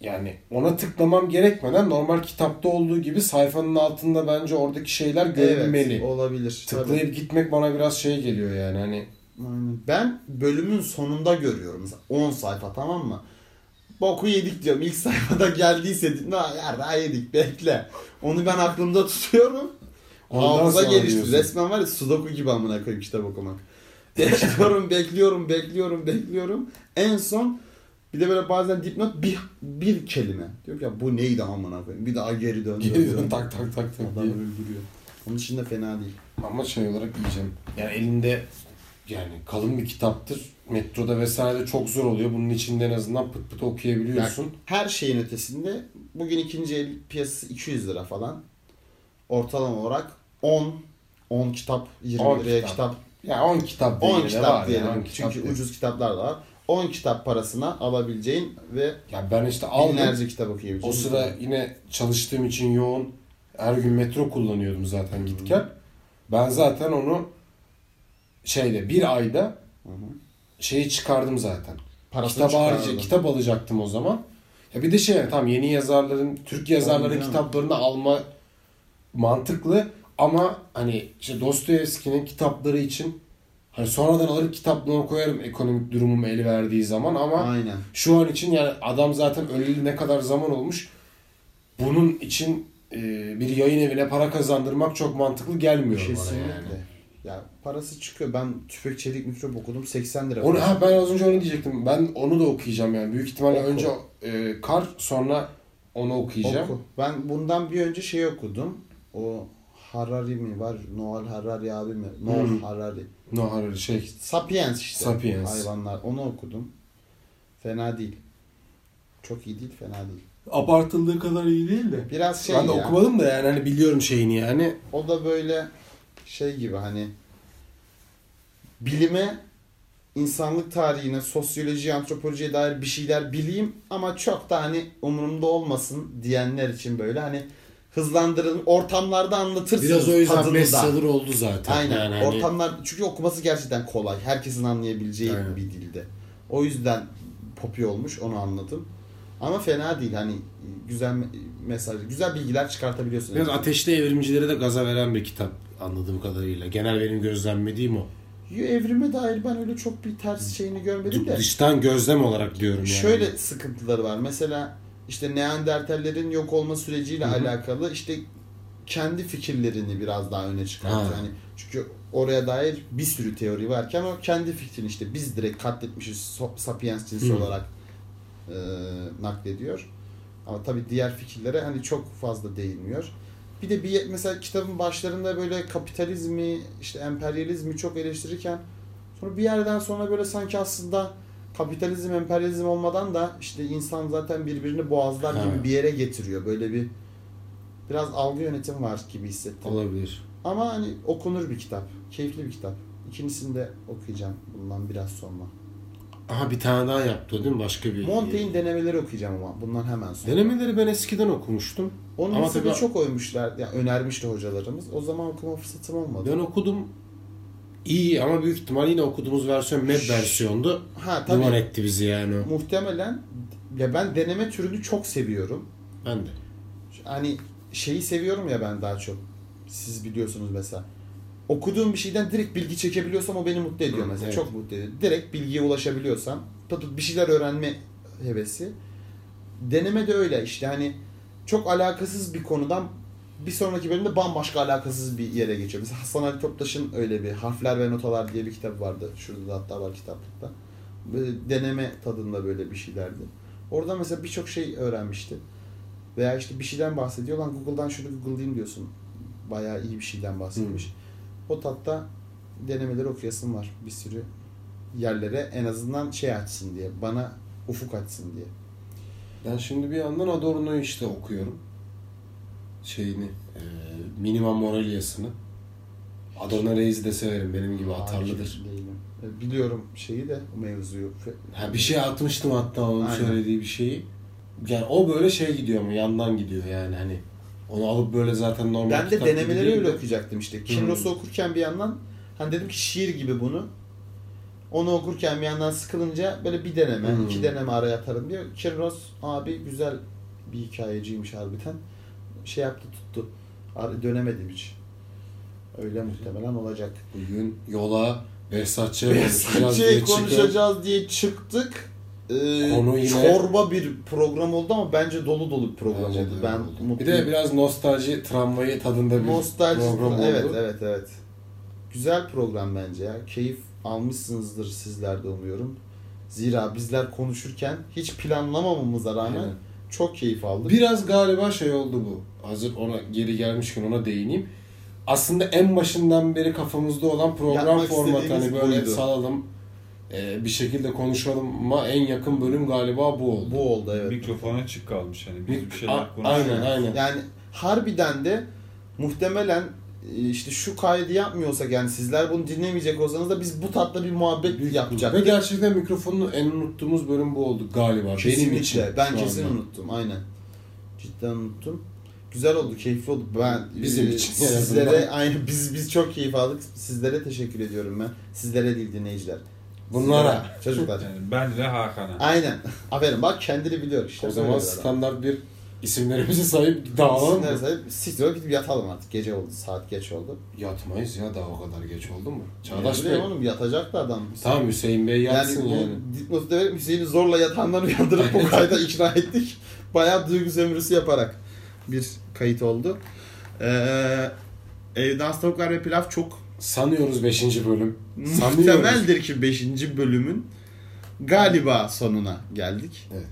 Speaker 2: yani ona tıklamam gerekmeden normal kitapta olduğu gibi sayfanın altında bence oradaki şeyler görünmeli.
Speaker 1: Evet, olabilir.
Speaker 2: Tıklayıp gitmek bana biraz şey geliyor yani hani
Speaker 1: Aynen. Ben bölümün sonunda görüyorum. Mesela 10 sayfa tamam mı? Boku yedik diyorum. İlk sayfada geldiyse na yarra yedik bekle. Onu ben aklımda tutuyorum.
Speaker 2: Ondan
Speaker 1: Hafıza
Speaker 2: sonra
Speaker 1: gelişti.
Speaker 2: diyorsun.
Speaker 1: Resmen var ya sudoku gibi amına koyayım kitap okumak. Bekliyorum, bekliyorum, bekliyorum, bekliyorum. En son bir de böyle bazen dipnot bir, bir kelime. Diyorum ki ya bu neydi amına koyayım. Bir daha geri dön. dön, dön.
Speaker 2: geliyor tak tak tak tak
Speaker 1: Adam
Speaker 2: diye.
Speaker 1: öldürüyor. Onun için de fena değil.
Speaker 2: Ama şey olarak yiyeceğim. Yani elinde yani kalın bir kitaptır. Metroda vesaire çok zor oluyor. Bunun içinde en azından pıt pıt okuyabiliyorsun.
Speaker 1: Her şeyin ötesinde bugün ikinci el piyasası 200 lira falan. Ortalama olarak 10 10 kitap 20
Speaker 2: On
Speaker 1: liraya
Speaker 2: kitap.
Speaker 1: kitap
Speaker 2: Ya 10 kitap
Speaker 1: 10
Speaker 2: diyelim.
Speaker 1: kitap diyelim.
Speaker 2: Yani, 10 kitap
Speaker 1: Çünkü
Speaker 2: diyelim.
Speaker 1: ucuz kitaplar da var. 10 kitap parasına alabileceğin ve
Speaker 2: Ya ben işte aldım.
Speaker 1: binlerce kitap okuyabileceğin.
Speaker 2: O sıra yine çalıştığım için yoğun. Her gün metro kullanıyordum zaten git gel. Ben zaten onu şeyle bir ayda şeyi çıkardım zaten.
Speaker 1: Parasını
Speaker 2: kitap harici
Speaker 1: çıkardım.
Speaker 2: kitap alacaktım o zaman. Ya bir de şey tam yeni yazarların, Türk yazarların
Speaker 1: Olmuyor.
Speaker 2: kitaplarını alma mantıklı ama hani işte Dostoyevski'nin kitapları için hani sonradan alırım kitaplığıma koyarım ekonomik durumum el verdiği zaman ama
Speaker 1: Aynen.
Speaker 2: şu an için yani adam zaten öleli ne kadar zaman olmuş. Bunun için e, bir yayın evine para kazandırmak çok mantıklı gelmiyor
Speaker 1: Kesinlikle.
Speaker 2: bana yani.
Speaker 1: Ya parası çıkıyor. Ben tüfek çelik mikrop okudum 80 lira.
Speaker 2: Onu, ha, ben az önce onu diyecektim. Ben onu da okuyacağım yani. Büyük ihtimalle
Speaker 1: Oku.
Speaker 2: önce e, kar sonra onu okuyacağım.
Speaker 1: Oku. Ben bundan bir önce şey okudum. O Harari mi var? Noel Harari abi mi? Noel
Speaker 2: Hı.
Speaker 1: Harari.
Speaker 2: No hayır, şey.
Speaker 1: Sapiens işte.
Speaker 2: Hmm. Sapiens.
Speaker 1: Hayvanlar. Onu okudum. Fena değil. Çok iyi değil, fena değil.
Speaker 2: Abartıldığı kadar iyi değil de.
Speaker 1: Biraz şey
Speaker 2: ben de
Speaker 1: ya.
Speaker 2: okumadım da yani hani biliyorum şeyini yani.
Speaker 1: O da böyle şey gibi hani bilime insanlık tarihine, sosyoloji, antropolojiye dair bir şeyler bileyim ama çok da hani umurumda olmasın diyenler için böyle hani hızlandırın ortamlarda anlatırsınız
Speaker 2: Biraz o yüzden
Speaker 1: tadını da.
Speaker 2: bestseller oldu zaten.
Speaker 1: Aynen.
Speaker 2: Yani hani-
Speaker 1: Ortamlar çünkü okuması gerçekten kolay. Herkesin anlayabileceği
Speaker 2: Aynen.
Speaker 1: bir dilde. O yüzden popi olmuş onu anladım. Ama fena değil hani güzel me- mesaj, güzel bilgiler çıkartabiliyorsun.
Speaker 2: Biraz ateşli evrimcilere de gaza veren bir kitap anladığım kadarıyla. Genel benim gözlemlediğim o.
Speaker 1: Yo, Evrime dair ben öyle çok bir ters şeyini görmedim de.
Speaker 2: Dıştan gözlem olarak diyorum yani.
Speaker 1: Şöyle sıkıntıları var. Mesela işte Neandertallerin yok olma süreciyle alakalı işte kendi fikirlerini biraz daha öne çıkartıyor.
Speaker 2: Ha.
Speaker 1: Hani çünkü oraya dair bir sürü teori varken o kendi fikrini işte biz direkt katletmişiz so- sapiens cinsi
Speaker 2: Hı.
Speaker 1: olarak e, naklediyor. Ama tabii diğer fikirlere hani çok fazla değinmiyor. Bir de bir mesela kitabın başlarında böyle kapitalizmi, işte emperyalizmi çok eleştirirken sonra bir yerden sonra böyle sanki aslında kapitalizm, emperyalizm olmadan da işte insan zaten birbirini boğazlar
Speaker 2: Ha.
Speaker 1: gibi bir yere getiriyor. Böyle bir biraz algı yönetimi var gibi hissettim.
Speaker 2: olabilir.
Speaker 1: Ama hani okunur bir kitap. Keyifli bir kitap. İkincisini de okuyacağım bundan biraz sonra.
Speaker 2: Aha bir tane daha yaptı o değil mi? Başka bir.
Speaker 1: Montaigne'in denemeleri okuyacağım ama bundan hemen sonra.
Speaker 2: Denemeleri ben eskiden okumuştum.
Speaker 1: Onu
Speaker 2: Ama
Speaker 1: lisede
Speaker 2: tabii-
Speaker 1: çok övmüşler, yani önermişti hocalarımız. O zaman okuma fırsatım olmadı.
Speaker 2: Ben okudum. İyi ama büyük ihtimal yine okuduğumuz versiyon MEB versiyondu.
Speaker 1: Ha tabii.
Speaker 2: Duman etti bizi yani o.
Speaker 1: Muhtemelen ya ben deneme türünü çok seviyorum.
Speaker 2: Ben de.
Speaker 1: Hani şeyi seviyorum ya ben daha çok. Siz biliyorsunuz mesela. Okuduğum bir şeyden direkt bilgi çekebiliyorsam o beni mutlu ediyor
Speaker 2: Hı,
Speaker 1: mesela.
Speaker 2: evet.
Speaker 1: Çok mutlu ediyor. Direkt bilgiye ulaşabiliyorsam pıt pıt bir şeyler öğrenme hevesi. Deneme de öyle işte hani çok alakasız bir konudan bir sonraki bölümde bambaşka alakasız bir yere geçiyor. Mesela Hasan Ali Toptaş'ın öyle bir Harfler ve Notalar diye bir kitabı vardı. Şurada da hatta var kitaplıkta. Böyle deneme tadında böyle bir şeylerdi. Orada mesela birçok şey öğrenmişti. Veya işte bir şeyden bahsediyor. Lan Google'dan şunu Google'layayım diyorsun. Bayağı iyi bir şeyden bahsetmiş. O tatta denemeleri okuyasım var. Bir sürü yerlere en azından şey açsın diye. Bana ufuk açsın diye.
Speaker 2: Ben şimdi bir yandan Adorno'yu işte okuyorum. Şeyini, e, Minima Moralia'sını. Adorno Reis'i de severim. Benim gibi atarlıdır.
Speaker 1: Hakim değilim. E, Biliyorum şeyi de o mevzuyu.
Speaker 2: Ha, bir şey atmıştım hatta onun
Speaker 1: Aynen.
Speaker 2: söylediği bir şeyi. Yani o böyle şey gidiyor mu? Yandan gidiyor yani hani. Onu alıp böyle zaten normal
Speaker 1: Ben de
Speaker 2: kitap gibi
Speaker 1: denemeleri
Speaker 2: değil Hmm.
Speaker 1: öyle okuyacaktım işte. Kinross'u okurken bir yandan hani dedim ki şiir gibi bunu. Onu okurken bir yandan sıkılınca böyle bir deneme,
Speaker 5: Hmm.
Speaker 1: iki deneme araya atarım diyor. Kirros abi güzel bir hikayeciymiş harbiden. Şey yaptı tuttu. Ar- Dönemedim hiç. Öyle muhtemelen olacak.
Speaker 2: Bugün yola Behzatçı'ya konuşacağız diye
Speaker 1: Şey
Speaker 2: çıkıyor.
Speaker 1: konuşacağız diye çıktık. Ee,
Speaker 2: Konu yine-
Speaker 1: Çorba bir program oldu ama bence dolu dolu bir program
Speaker 2: Bence de
Speaker 1: oldu.
Speaker 2: öyle
Speaker 1: Ben
Speaker 2: oldu. Bir
Speaker 1: mutluyum.
Speaker 2: de biraz nostalji tramvayı tadında bir
Speaker 1: Nostalji.
Speaker 2: program oldu.
Speaker 1: Evet evet evet. Güzel program bence ya. Keyif almışsınızdır sizler de umuyorum. Zira bizler konuşurken hiç planlamamamıza rağmen
Speaker 2: Aynen.
Speaker 1: çok keyif aldık.
Speaker 2: Biraz galiba şey oldu bu. Hazır ona geri gelmişken ona değineyim. Aslında en başından beri kafamızda olan program
Speaker 1: Yapmak
Speaker 2: formatı hani
Speaker 1: istediğimiz
Speaker 2: böyle
Speaker 1: buydu.
Speaker 2: salalım e, bir şekilde konuşalım ama en yakın bölüm galiba bu oldu.
Speaker 1: Bu oldu evet.
Speaker 3: Mikrofon açık kalmış hani biz bir
Speaker 2: A-
Speaker 3: şeyler konuşuyoruz.
Speaker 2: aynen aynen.
Speaker 1: Yani harbiden de muhtemelen e, işte şu kaydı yapmıyorsak yani sizler bunu dinlemeyecek olsanız da biz bu tatlı bir muhabbet yapacaktık.
Speaker 2: Ve gerçekten mikrofonun en unuttuğumuz bölüm bu oldu galiba. Benim için.
Speaker 1: Kesinlikle. Ben
Speaker 2: şu
Speaker 1: kesin
Speaker 2: anda.
Speaker 1: unuttum. Aynen. Cidden unuttum. Güzel oldu, keyifli oldu. Ben e,
Speaker 2: Bizim için en
Speaker 1: sizlere
Speaker 2: azından.
Speaker 1: aynen biz biz çok keyif aldık. Sizlere teşekkür ediyorum ben. Sizlere değil dinleyiciler.
Speaker 2: Bunlara.
Speaker 1: Sizlere, çocuklar.
Speaker 3: Yani ben ve Hakan'a.
Speaker 1: aynen. Aferin bak kendini biliyor işte.
Speaker 2: O zaman
Speaker 1: Böyle bir adam.
Speaker 2: standart bir isimlerimize sahip dağılalım.
Speaker 1: İsimlere sahip. Siktir ol, gidip yatalım artık. Gece oldu. Saat geç oldu.
Speaker 2: Yatmayız ya daha o kadar geç oldu mu? Çağdaş
Speaker 1: Ne
Speaker 2: Bey.
Speaker 1: bileyim oğlum yatacak da adam.
Speaker 2: Tamam Hüseyin Bey yatsın
Speaker 1: yani,
Speaker 2: yani.
Speaker 1: bu dipnotu verip Hüseyin'i zorla yatağından uyandırıp bu kayda ikna ettik. Bayağı duygu sömürüsü yaparak
Speaker 5: bir kayıt oldu. Ee, Evde Hastalıklar ve Pilav çok
Speaker 2: Sanıyoruz 5. bölüm. Sanıyoruz.
Speaker 5: muhtemeldir ki 5. bölümün galiba sonuna geldik.
Speaker 2: Evet.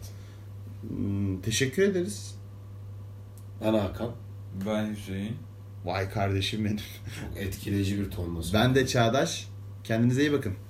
Speaker 5: Hmm, Teşekkür ederiz.
Speaker 2: Ben Hakan.
Speaker 3: Ben Hüseyin.
Speaker 5: Vay kardeşim benim.
Speaker 2: Çok etkileyici bir tonla
Speaker 5: Ben de Çağdaş. Kendinize iyi bakın.